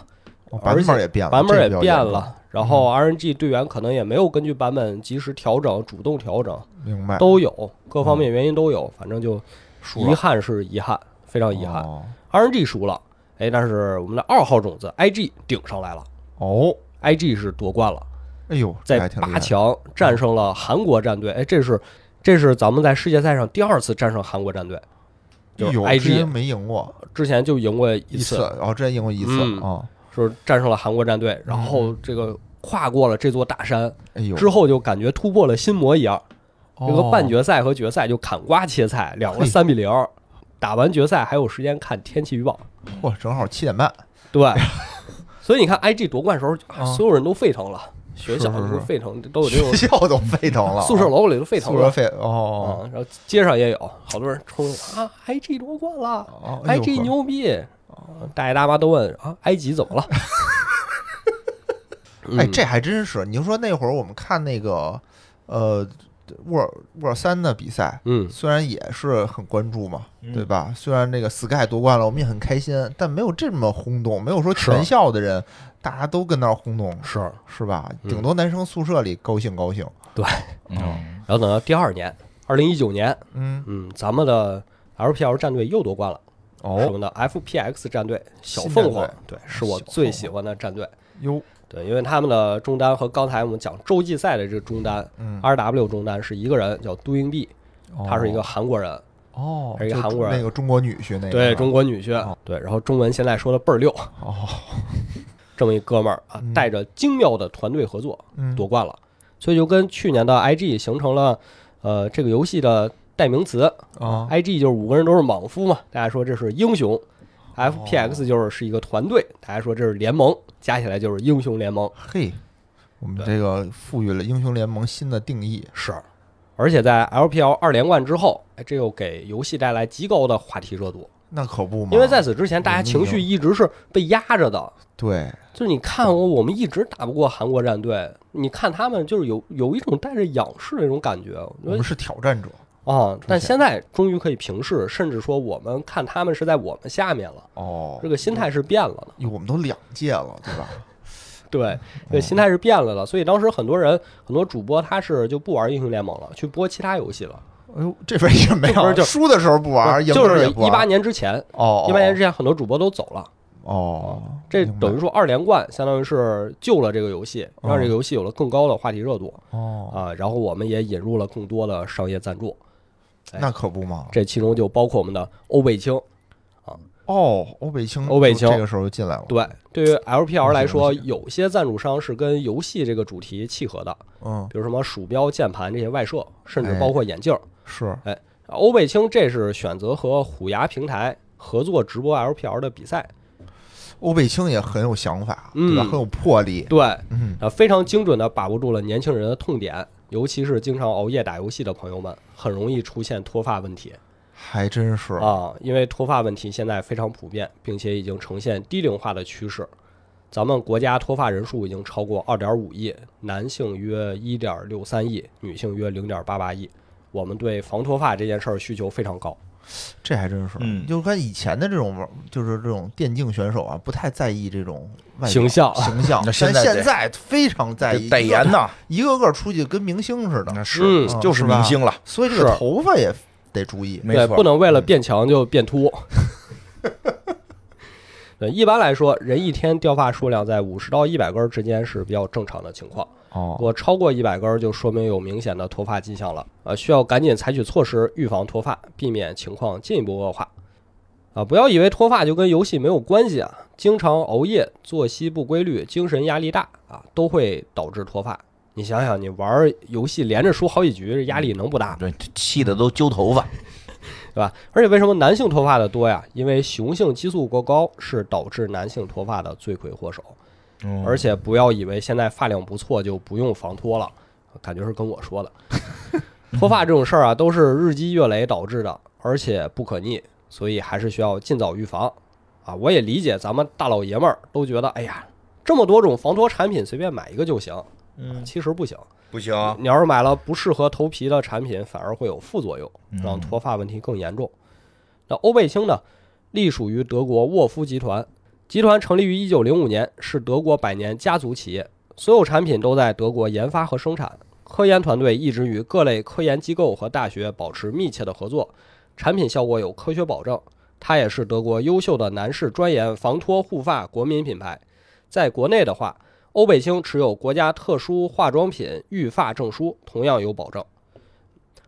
Speaker 3: 哦版本也变了，
Speaker 1: 版本也
Speaker 3: 这个比较
Speaker 1: 变
Speaker 3: 严嗯
Speaker 1: 了，然后 RNG 队员可能也没有根据版本及时调整、主动调整，
Speaker 3: 重，明白？
Speaker 1: 都有各方面原因都有，反正就
Speaker 3: 哎嗯输了
Speaker 1: 遗憾是遗憾，非常遗憾
Speaker 3: 哦
Speaker 1: ，RNG 输了，哎，但是我们的二号种子 IG 顶上来了
Speaker 3: 哦，
Speaker 1: ，IG 是夺冠了。
Speaker 3: 哎呦，这
Speaker 1: 在
Speaker 3: 还挺厉
Speaker 1: 八
Speaker 3: 害
Speaker 1: 强战胜了韩国战队，哎，这是这是咱们在世界赛上第二次战胜韩国战队，就
Speaker 3: 哎
Speaker 1: 是
Speaker 3: 呦，之
Speaker 1: IG
Speaker 3: 前没赢过
Speaker 1: 之前就赢过一
Speaker 3: 一次，
Speaker 1: 次，
Speaker 3: 哦，之前赢过一次
Speaker 1: 嗯
Speaker 3: 啊，
Speaker 1: 就是战胜了韩国战队，
Speaker 3: 嗯
Speaker 1: 然后这个跨过了这座大山
Speaker 3: 哎呦，
Speaker 1: 之后，就感觉突破了心魔一样，这个
Speaker 3: 哦
Speaker 1: 半决赛和决赛就砍瓜切菜，两个三比零，打完决赛还有时间看天气预报，
Speaker 3: 嚯，正好七点半，
Speaker 1: 对， 所以你看 IG 夺冠的时候，
Speaker 3: 啊
Speaker 1: 所有人都沸腾了，学校
Speaker 3: 是是
Speaker 1: 都
Speaker 3: 是
Speaker 1: 沸腾，都有这 种
Speaker 3: 学校都沸腾了，
Speaker 1: 哦
Speaker 3: 啊
Speaker 1: 宿舍楼里都沸腾
Speaker 3: 宿
Speaker 1: 了
Speaker 3: 舍，沸哦
Speaker 1: 啊，然后街上也有好多人冲啊，IG 夺冠了
Speaker 3: 哦哎呦
Speaker 1: ，IG 嗯
Speaker 3: 呵哦
Speaker 1: 牛逼！大爷大妈都问啊，埃及怎么了？
Speaker 3: 哎，
Speaker 1: 嗯
Speaker 3: 这还真是，你就说那会儿我们看那个呃沃尔沃尔三的比赛，
Speaker 1: 嗯，
Speaker 3: 虽然也是很关注嘛，对吧？虽然这个 Sky 夺冠了，我们也很开心，但没有这么轰动，没有说全校的人大家都跟那儿轰动，
Speaker 1: 是。
Speaker 3: 是吧？
Speaker 1: 嗯
Speaker 3: 顶多男生宿舍里高兴高兴，
Speaker 2: 嗯嗯，
Speaker 1: 然后等到第二年，二零一九年，
Speaker 3: 嗯，
Speaker 1: 嗯，咱们的 LPL 战队又夺冠了，是我
Speaker 3: 哦
Speaker 1: 们的 FPX 战队小
Speaker 3: 新
Speaker 1: 凤
Speaker 3: 战
Speaker 1: 凰
Speaker 3: 队，
Speaker 1: 对，
Speaker 3: 啊
Speaker 1: 是我
Speaker 3: 小凤
Speaker 1: 最
Speaker 3: 凰
Speaker 1: 喜欢的战队。
Speaker 3: 哟，
Speaker 1: 对，因为他们的中单和刚才我们讲洲际赛的这个中单
Speaker 3: 嗯，
Speaker 1: RW 啊中单是一个人叫杜英碧，
Speaker 3: 哦
Speaker 1: 他是一个韩国人，
Speaker 3: 哦，
Speaker 1: 还是一个
Speaker 3: 就
Speaker 1: 韩国人
Speaker 3: 那个中国女婿那个，
Speaker 1: 对中国女婿
Speaker 3: 哦，
Speaker 1: 对，然后中文现在说的倍儿溜，
Speaker 3: 哦，
Speaker 1: 这么一哥们儿啊，
Speaker 3: 嗯
Speaker 1: 带着精妙的团队合作
Speaker 3: 嗯，
Speaker 1: 夺冠了，所以就跟去年的 IG 形成了呃这个游戏的代名词
Speaker 3: 啊，
Speaker 1: ，IG 就是五个人都是莽夫嘛，大家说这是英雄，FPX 就是是一个团队，大家说这是联盟，加起来就是英雄联盟。
Speaker 3: 嘿，我们
Speaker 1: 对
Speaker 3: 这个赋予了英雄联盟新的定义，
Speaker 1: 是，而且在 LPL 二连冠之后，哎，这又给游戏带来极高的话题热度，
Speaker 3: 那可不嘛，
Speaker 1: 因为在此之前大家情绪一直是被压着的。
Speaker 3: 对，
Speaker 1: 就是你看我，我们一直打不过韩国战队，你看他们就是有有一种带着仰视那种感觉，
Speaker 3: 我
Speaker 1: 我觉
Speaker 3: 们
Speaker 1: 得
Speaker 3: 是挑战者，
Speaker 1: 啊，但
Speaker 3: 显
Speaker 1: 现在终于可以平视，甚至说我们看他们是在我们下面了，
Speaker 3: 哦
Speaker 1: 这，个心态是变了的，
Speaker 3: 哟，我们都两届了，对吧？
Speaker 1: 对，这个心态是变了的，所以当时很多人很多主播他是就不玩英雄联盟了，去播其他游戏了，
Speaker 3: 哎呦，这边也没
Speaker 1: 这不
Speaker 3: 有，
Speaker 1: 是就
Speaker 3: 输的时候不玩，赢的时
Speaker 1: 就
Speaker 3: 候
Speaker 1: 是
Speaker 3: 也不玩
Speaker 1: 一八年之前，
Speaker 3: 哦，
Speaker 1: 一八年之前很多主播都走了。
Speaker 3: 哦，
Speaker 1: 这
Speaker 3: 明白
Speaker 1: 等于说二连冠，相当于是救了这个游戏，
Speaker 3: 哦
Speaker 1: 让这个游戏有了更高的话题热度
Speaker 3: 哦，
Speaker 1: 啊。然后我们也引入了更多的商业赞助，哎
Speaker 3: 那可不嘛，
Speaker 1: 这其中就包括我们的欧贝清。
Speaker 3: 哦，欧北青，
Speaker 1: 欧北青
Speaker 3: 这个时候就进来了，
Speaker 1: 对，对于 LPL 来说，
Speaker 3: 哦了解
Speaker 1: 有些赞助商是跟游戏这个主题契合的，
Speaker 3: 嗯，
Speaker 1: 比如什么鼠标、键盘这些外设，甚至
Speaker 3: 哎
Speaker 1: 包括眼镜。
Speaker 3: 是
Speaker 1: 欧贝清这是选择和虎牙平台合作直播 LPL 的比赛，
Speaker 3: 欧北青也很有想法，
Speaker 1: 嗯
Speaker 3: 对吧？很有魄力，
Speaker 1: 对，
Speaker 3: 嗯，
Speaker 1: 呃，非常精准地把握住了年轻人的痛点，尤其是经常熬夜打游戏的朋友们，很容易出现脱发问题
Speaker 3: 还真是，
Speaker 1: 啊。因为脱发问题现在非常普遍，并且已经呈现低龄化的趋势。咱们国家脱发人数已经超过二点五亿，男性约一点六三亿，女性约零点八八亿。我们对防脱发这件事儿需求非常高。
Speaker 3: 这还真是，
Speaker 2: 嗯
Speaker 3: 就是看以前的这种玩儿，就是这种电竞选手啊，不太在意这种外表
Speaker 1: 形象
Speaker 3: 形 象，
Speaker 2: 那
Speaker 3: 但
Speaker 2: 现
Speaker 3: 现
Speaker 2: 在得
Speaker 3: 在非常在意，
Speaker 2: 代言呐，
Speaker 3: 一个个出去跟明星似的，
Speaker 2: 那
Speaker 1: 嗯
Speaker 2: 是
Speaker 3: 啊
Speaker 2: 就是明星了，
Speaker 3: 所以这个
Speaker 1: 是
Speaker 3: 头发也得注意。
Speaker 2: 没
Speaker 1: 对，
Speaker 2: 错，嗯
Speaker 1: 不能为了变强就变秃。对，一般来说，人一天掉发数量在五十到一百根儿之间是比较正常的情况。
Speaker 3: 哦，
Speaker 1: 我超过一百根儿就说明有明显的脱发迹象了，呃，需要赶紧采取措施预防脱发，避免情况进一步恶化。啊，不要以为脱发就跟游戏没有关系啊！经常熬夜、作息不规律、精神压力大啊，都会导致脱发。你想想，你玩儿游戏连着输好几局，这压力能不大吗？
Speaker 2: 对，气的都揪头发，
Speaker 1: 对吧？而且为什么男性脱发的多呀？因为雄性激素过高是导致男性脱发的罪魁祸首。
Speaker 2: 哦
Speaker 3: 嗯
Speaker 1: 而且不要以为现在发量不错就不用防脱了，感觉是跟我说的。脱发这种事儿啊，都是日积月累导致的，而且不可逆，所以还是需要尽早预防。啊，我也理解咱们大老爷们儿都觉得，哎呀，这么多种防脱产品随便买一个就行，
Speaker 2: 嗯，
Speaker 1: 其实不行。
Speaker 2: 不行，
Speaker 1: 你要是买了不适合头皮的产品，反而会有副作用，让
Speaker 2: 嗯
Speaker 1: 脱发问题更严重。那欧贝清呢，隶属于德国沃夫集团，集团成立于一九零五年，是德国百年家族企业，所有产品都在德国研发和生产。科研团队一直与各类科研机构和大学保持密切的合作，产品效果有科学保证。它也是德国优秀的男士专研防脱护发国民品牌。在国内的话，欧贝清持有国家特殊化妆品育发证书，同样有保证。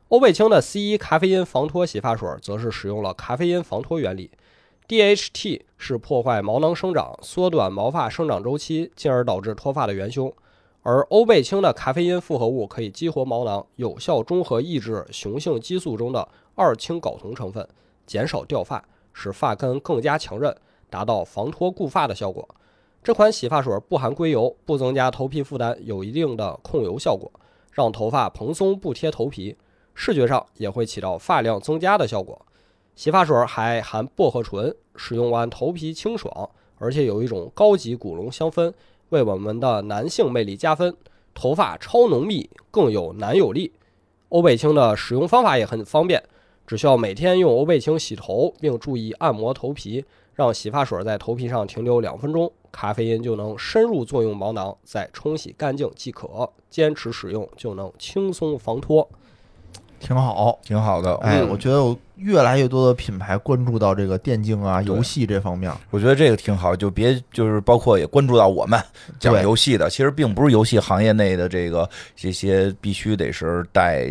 Speaker 1: 欧贝清的 C 一咖啡因防脱洗发水则是使用了咖啡因防脱原理，DHT 是破坏毛囊生长、缩短毛发生长周期，进而导致脱发的元凶。而欧贝清的咖啡因复合物可以激活毛囊，有效中和抑制雄性激素中的二氢睾酮成分，减少掉发，使发根更加强韧，达到防脱固发的效果。这款洗发水不含硅油，不增加头皮负担，有一定的控油效果，让头发蓬松不贴头皮。视觉上也会起到发量增加的效果。洗发水还含薄荷醇，使用完头皮清爽，而且有一种高级古龙香氛，为我们的男性魅力加分。头发超浓密，更有男友力。欧贝清的使用方法也很方便，只需要每天用欧贝清洗头，并注意按摩头皮，让洗发水在头皮上停留两分钟，咖啡因就能深入作用毛囊，再冲洗干净即可。坚持使用就能轻松防脱。
Speaker 3: 挺好。
Speaker 2: 挺好的。
Speaker 3: 哎，
Speaker 1: 嗯
Speaker 3: 我觉得有越来越多的品牌关注到这个电竞啊、
Speaker 2: 对
Speaker 3: 游戏这方面。
Speaker 2: 我觉得这个挺好，就别就是包括也关注到我们讲
Speaker 3: 对
Speaker 2: 游戏的，其实并不是游戏行业内的这个这些必须得是带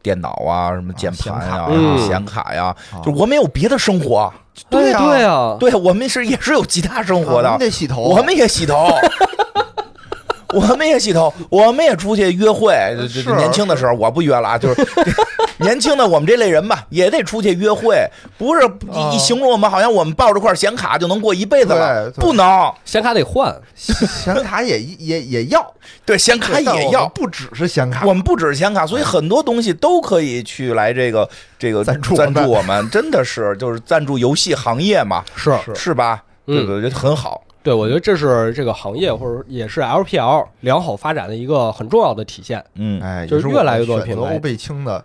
Speaker 2: 电脑啊，什么键盘
Speaker 3: 啊
Speaker 1: 显
Speaker 2: 啊，
Speaker 1: 卡
Speaker 2: 什么显卡呀、
Speaker 3: 嗯
Speaker 2: 就我们有别的生活，啊
Speaker 3: 对
Speaker 1: 呀
Speaker 3: 啊呀
Speaker 1: 对呀，
Speaker 2: 对我们是也是有其他生活的，
Speaker 3: 啊你得洗头，
Speaker 2: 我们也洗头。我们也洗头，我们也出去约会。这这
Speaker 3: 是
Speaker 2: 年轻的时候我不约了啊，就是 年轻的我们这类人吧，也得出去约会。不是
Speaker 3: 啊
Speaker 2: 一一形容我们，好像我们抱着块显卡就能过一辈子了，
Speaker 3: 对对
Speaker 2: 不能。
Speaker 1: 显卡得换，
Speaker 3: 显卡也也也 要，
Speaker 2: 对，显卡
Speaker 3: 对但
Speaker 2: 也
Speaker 3: 我
Speaker 2: 要
Speaker 3: 们，不只是显卡
Speaker 2: 我，们不只是显卡，所以很多东西都可以去来这个这个
Speaker 3: 赞助我
Speaker 2: 赞
Speaker 3: 们
Speaker 2: 助我们，真的是就是赞助游戏行业嘛，
Speaker 1: 是
Speaker 3: 是
Speaker 2: 是吧？
Speaker 1: 嗯
Speaker 2: 对对，对很好。
Speaker 1: 对，我觉得这是这个行业或者也是 LPL 良好发展的一个很重要的体现。
Speaker 2: 嗯，
Speaker 3: 哎，也
Speaker 1: 就是
Speaker 3: 是
Speaker 1: 越
Speaker 3: 我
Speaker 1: 来
Speaker 3: 们
Speaker 1: 越多
Speaker 3: 选
Speaker 1: 品
Speaker 3: 择
Speaker 1: 牌
Speaker 3: 欧贝清的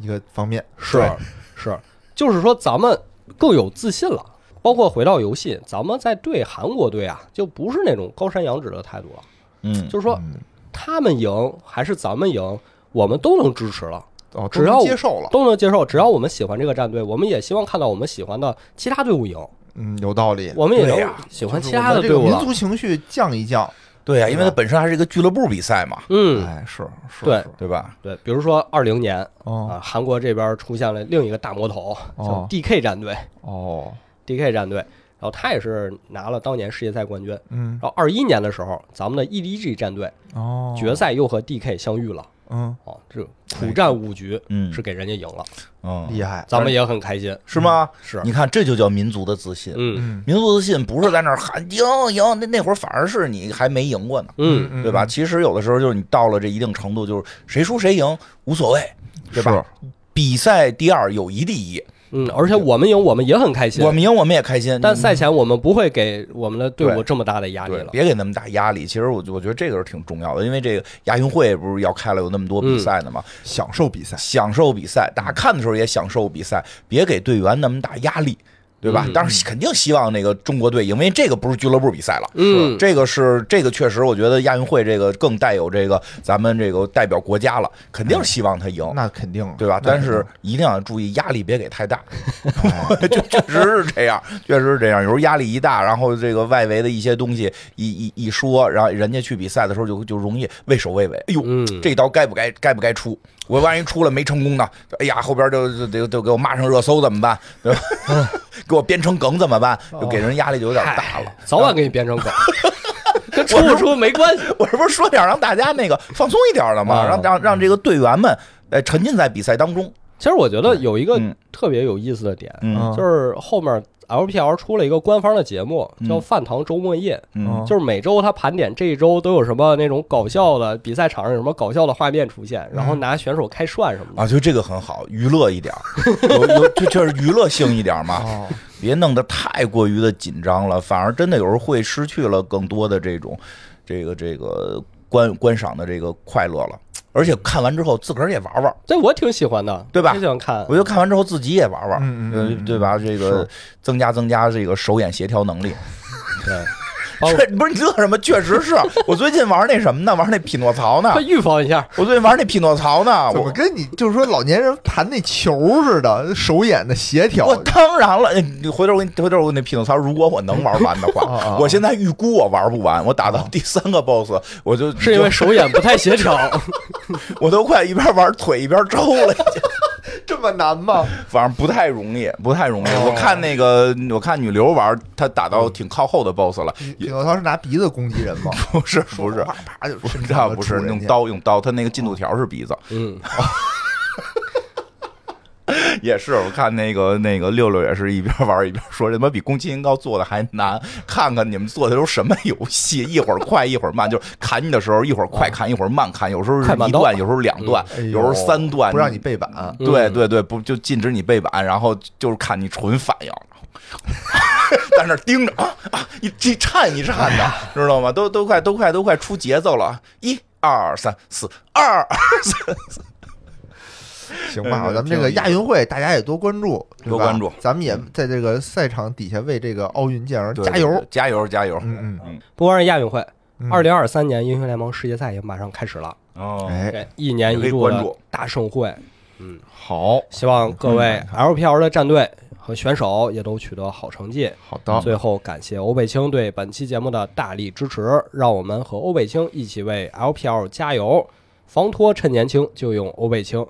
Speaker 3: 一个方面，哎
Speaker 1: 是
Speaker 2: 对
Speaker 1: 是，就是说咱们更有自信了。包括回到游戏，咱们在对韩国队啊，就不是那种高山仰止的态度了，
Speaker 2: 嗯，
Speaker 1: 就是说
Speaker 3: 嗯
Speaker 1: 他们赢还是咱们赢，我们都能支持了，
Speaker 3: 哦，
Speaker 1: 只要
Speaker 3: 都接受了，
Speaker 1: 都能接受。只要我们喜欢这个战队，我们也希望看到我们喜欢的其他队伍赢，
Speaker 3: 嗯，有道理。
Speaker 1: 我们也
Speaker 2: 对
Speaker 1: 能
Speaker 2: 呀
Speaker 1: 喜欢
Speaker 3: 就是
Speaker 1: 其他
Speaker 3: 我
Speaker 1: 的
Speaker 3: 们这
Speaker 1: 队
Speaker 3: 个
Speaker 1: 伍
Speaker 3: 民
Speaker 1: 了。
Speaker 3: 族情绪降一降，
Speaker 2: 对呀，因为它
Speaker 3: 对吧
Speaker 2: 本身还是一个俱乐部比赛嘛，
Speaker 1: 嗯，
Speaker 3: 哎，是是，
Speaker 1: 对
Speaker 3: 是
Speaker 2: 对吧？
Speaker 1: 对，比如说二零年
Speaker 3: 哦
Speaker 1: 啊，韩国这边出现了另一个大魔头，叫
Speaker 3: 哦
Speaker 1: DK 战队
Speaker 3: 哦，
Speaker 1: ，DK 战队，然后他也是拿了当年世界赛冠军。
Speaker 3: 嗯
Speaker 1: 然后二一年的时候，咱们的 EDG 战队
Speaker 3: 哦，
Speaker 1: 决赛又和 DK 相遇了，
Speaker 3: 嗯
Speaker 1: 啊，这苦战五局
Speaker 2: 嗯，
Speaker 1: 是给人家赢了，
Speaker 2: 嗯，
Speaker 3: 厉害，
Speaker 1: 咱们也很开心，
Speaker 2: 是吗？
Speaker 1: 嗯是，
Speaker 2: 你看，这就叫民族的自信。
Speaker 1: 嗯
Speaker 3: 嗯
Speaker 2: 民族自信不是在那儿喊赢赢，那那会儿反而是你还没赢过呢，
Speaker 1: 嗯，
Speaker 2: 对吧？？其实有的时候就是你到了这一定程度，就是谁输谁赢无所谓，对吧？比赛第二友谊第一，
Speaker 1: 嗯，而且我们赢，我们也很开心
Speaker 2: 我。们赢我们也开心，
Speaker 1: 但
Speaker 2: 你
Speaker 1: 赛前我们不会给我们的队伍
Speaker 2: 对
Speaker 1: 这么大的压力
Speaker 2: 对
Speaker 1: 了。
Speaker 2: 别给那么大压力。其实我我觉得这个是挺重要的，因为这个亚运会不是要开了有那么多
Speaker 1: 嗯
Speaker 2: 比赛呢嘛，
Speaker 3: 享受比赛，
Speaker 2: 享受比赛，大家看的时候也享受比赛，别给队员那么大压力，对吧？
Speaker 1: 嗯
Speaker 2: 当然肯定希望那个中国队赢，因为这个不是俱乐部比赛了。
Speaker 1: 嗯，
Speaker 2: 这个是这个确实，我觉得亚运会这个更带有这个咱们这个代表国家了，肯定希望他赢，
Speaker 3: 那肯定啊，
Speaker 2: 嗯对吧？
Speaker 3: 那
Speaker 2: 但
Speaker 3: 肯定
Speaker 2: 是一定要注意压力，别给太大。 确确实是这样，确实是这样。有时候压力一大，然后这个外围的一些东西一一一说，然后人家去比赛的时候就就容易畏首畏尾。哎呦，
Speaker 1: 嗯
Speaker 2: 这刀该不该该不该出？我万一出了没成功呢？哎呀，后边就就就就给我骂上热搜怎么办？对吧？ 给我编成梗怎么办？就给人压力就有点大了。
Speaker 1: 早晚给你变成狗，跟出不出没关系。
Speaker 2: 我这不是说点让大家那个放松一点的吗？
Speaker 1: 啊
Speaker 2: 让让让这个队员们呃沉浸在比赛当中。
Speaker 1: 其实我觉得有一个
Speaker 2: 嗯
Speaker 1: 特别有意思的点，
Speaker 2: 嗯
Speaker 1: 就是后面 LPL 出了一个官方的节目，叫《
Speaker 2: 嗯
Speaker 1: 饭堂周末夜》，
Speaker 2: 嗯
Speaker 3: 嗯
Speaker 1: 就是每周他盘点这一周都有什么那种搞笑的比赛场上有什么搞笑的画面出现，然后拿选手开涮什么的。
Speaker 2: 嗯啊，就这个很好，娱乐一点儿，有有就就是娱乐性一点儿嘛，
Speaker 3: 哦，
Speaker 2: 别弄得太过于的紧张了，反而真的有时候会失去了更多的这种这个这个观观赏的这个快乐了。而且看完之后自个儿也玩玩，
Speaker 1: 这我挺喜欢的，
Speaker 2: 对吧
Speaker 1: 挺喜欢看
Speaker 2: 我。觉得看完之后自己也玩玩，
Speaker 3: 嗯嗯
Speaker 2: 呃
Speaker 3: 嗯嗯
Speaker 2: 对吧？这个
Speaker 3: 是
Speaker 2: 增加增加这个手眼协调能力。
Speaker 1: 对，
Speaker 3: 哦
Speaker 1: 帮我
Speaker 2: 确不是你乐什么？确 实是我最近玩那什么呢？玩那匹诺曹呢
Speaker 1: 快？预防一 下。
Speaker 2: 我最近玩那匹诺曹呢？
Speaker 3: 怎
Speaker 2: 啊
Speaker 3: 么
Speaker 2: 我
Speaker 3: 跟你就是说老年人盘那球似的，手眼的协调
Speaker 2: 我，当然了，哎你回头我给你回头我给你那匹诺曹，如果我能玩完的
Speaker 3: 啊啊
Speaker 2: 话，
Speaker 3: 啊
Speaker 2: 我现在预估我玩不完，我打到第三个 boss，我就是
Speaker 1: 因为手眼不太协 调，
Speaker 2: 我都快一边玩腿一边抽了，已经。
Speaker 3: 这么难吗？
Speaker 2: 反正不太容易，不太容易。我看那个，我看女流玩，她打到挺靠后的 boss 了，
Speaker 3: 匹诺曹是拿鼻子攻击人吗？
Speaker 2: 不是不是
Speaker 3: 啪。啪就
Speaker 2: 不是，
Speaker 3: 伸
Speaker 2: 那
Speaker 3: 长了
Speaker 2: 不是
Speaker 3: 杵人
Speaker 2: 用
Speaker 3: 家，
Speaker 2: 刀用刀，他那个进度条是鼻子，
Speaker 1: 嗯，
Speaker 2: 也是，我看那个那个六六也是一边玩一边说，这他妈比宫崎英高做的还难。看看你们做的都是什么游戏， 一会儿快一会儿慢，就是砍你的时候一会儿快砍一会儿慢砍，有时候是
Speaker 1: 快慢
Speaker 2: 一
Speaker 1: 刀
Speaker 2: 段，有时候两段，
Speaker 3: 哎呦
Speaker 2: 有时候三段，
Speaker 3: 不让你。背板，
Speaker 2: 啊对
Speaker 1: 嗯
Speaker 2: 对对，不就禁止你背板，然后就是看你纯反应， 在那儿盯着啊啊，一一颤一颤的，知道吗？都都快都快都快出节奏了，一二三四二，
Speaker 3: 行
Speaker 2: 嗯
Speaker 3: 吧？咱们
Speaker 2: 挺
Speaker 3: 这
Speaker 2: 有
Speaker 3: 个
Speaker 2: 意思
Speaker 3: 亚运会大家也多关注，对
Speaker 2: 多
Speaker 3: 吧
Speaker 2: 关注嗯
Speaker 3: 咱们也在这个赛场底下为这个奥运健儿
Speaker 2: 对
Speaker 3: 加油。
Speaker 2: 对对加油加油！
Speaker 3: 嗯嗯
Speaker 1: 不光是亚运会，
Speaker 3: 嗯，
Speaker 1: 二零二三年英雄联盟世界赛也马上开始了，
Speaker 2: 哦
Speaker 3: 哎，
Speaker 1: 这一年一度
Speaker 2: 也可以关
Speaker 1: 的
Speaker 2: 注
Speaker 1: 大盛会，
Speaker 3: 好
Speaker 1: 希望各位
Speaker 2: 嗯
Speaker 1: LPL 的战队和选手也都取得好成绩。
Speaker 3: 好的，
Speaker 2: 嗯
Speaker 1: 最后感谢欧贝清对本期节目的大力支持，让我们和欧贝清一起为 LPL 加油。防脱趁年轻，就用欧贝清。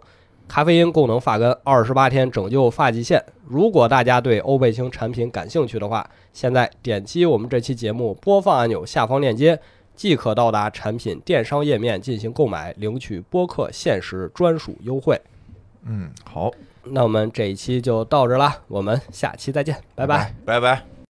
Speaker 1: 咖啡因供能发根，二十八天拯救发际线。如果大家对欧贝清产品感兴趣的话，现在点击我们这期节目播放按钮下方链接，即可到达产品电商页面进行购买，领取播客限时专属优惠。
Speaker 3: 嗯，好，
Speaker 1: 那我们这一期就到这啦，我们下期再见，拜拜
Speaker 2: 拜
Speaker 3: 拜。
Speaker 2: 拜。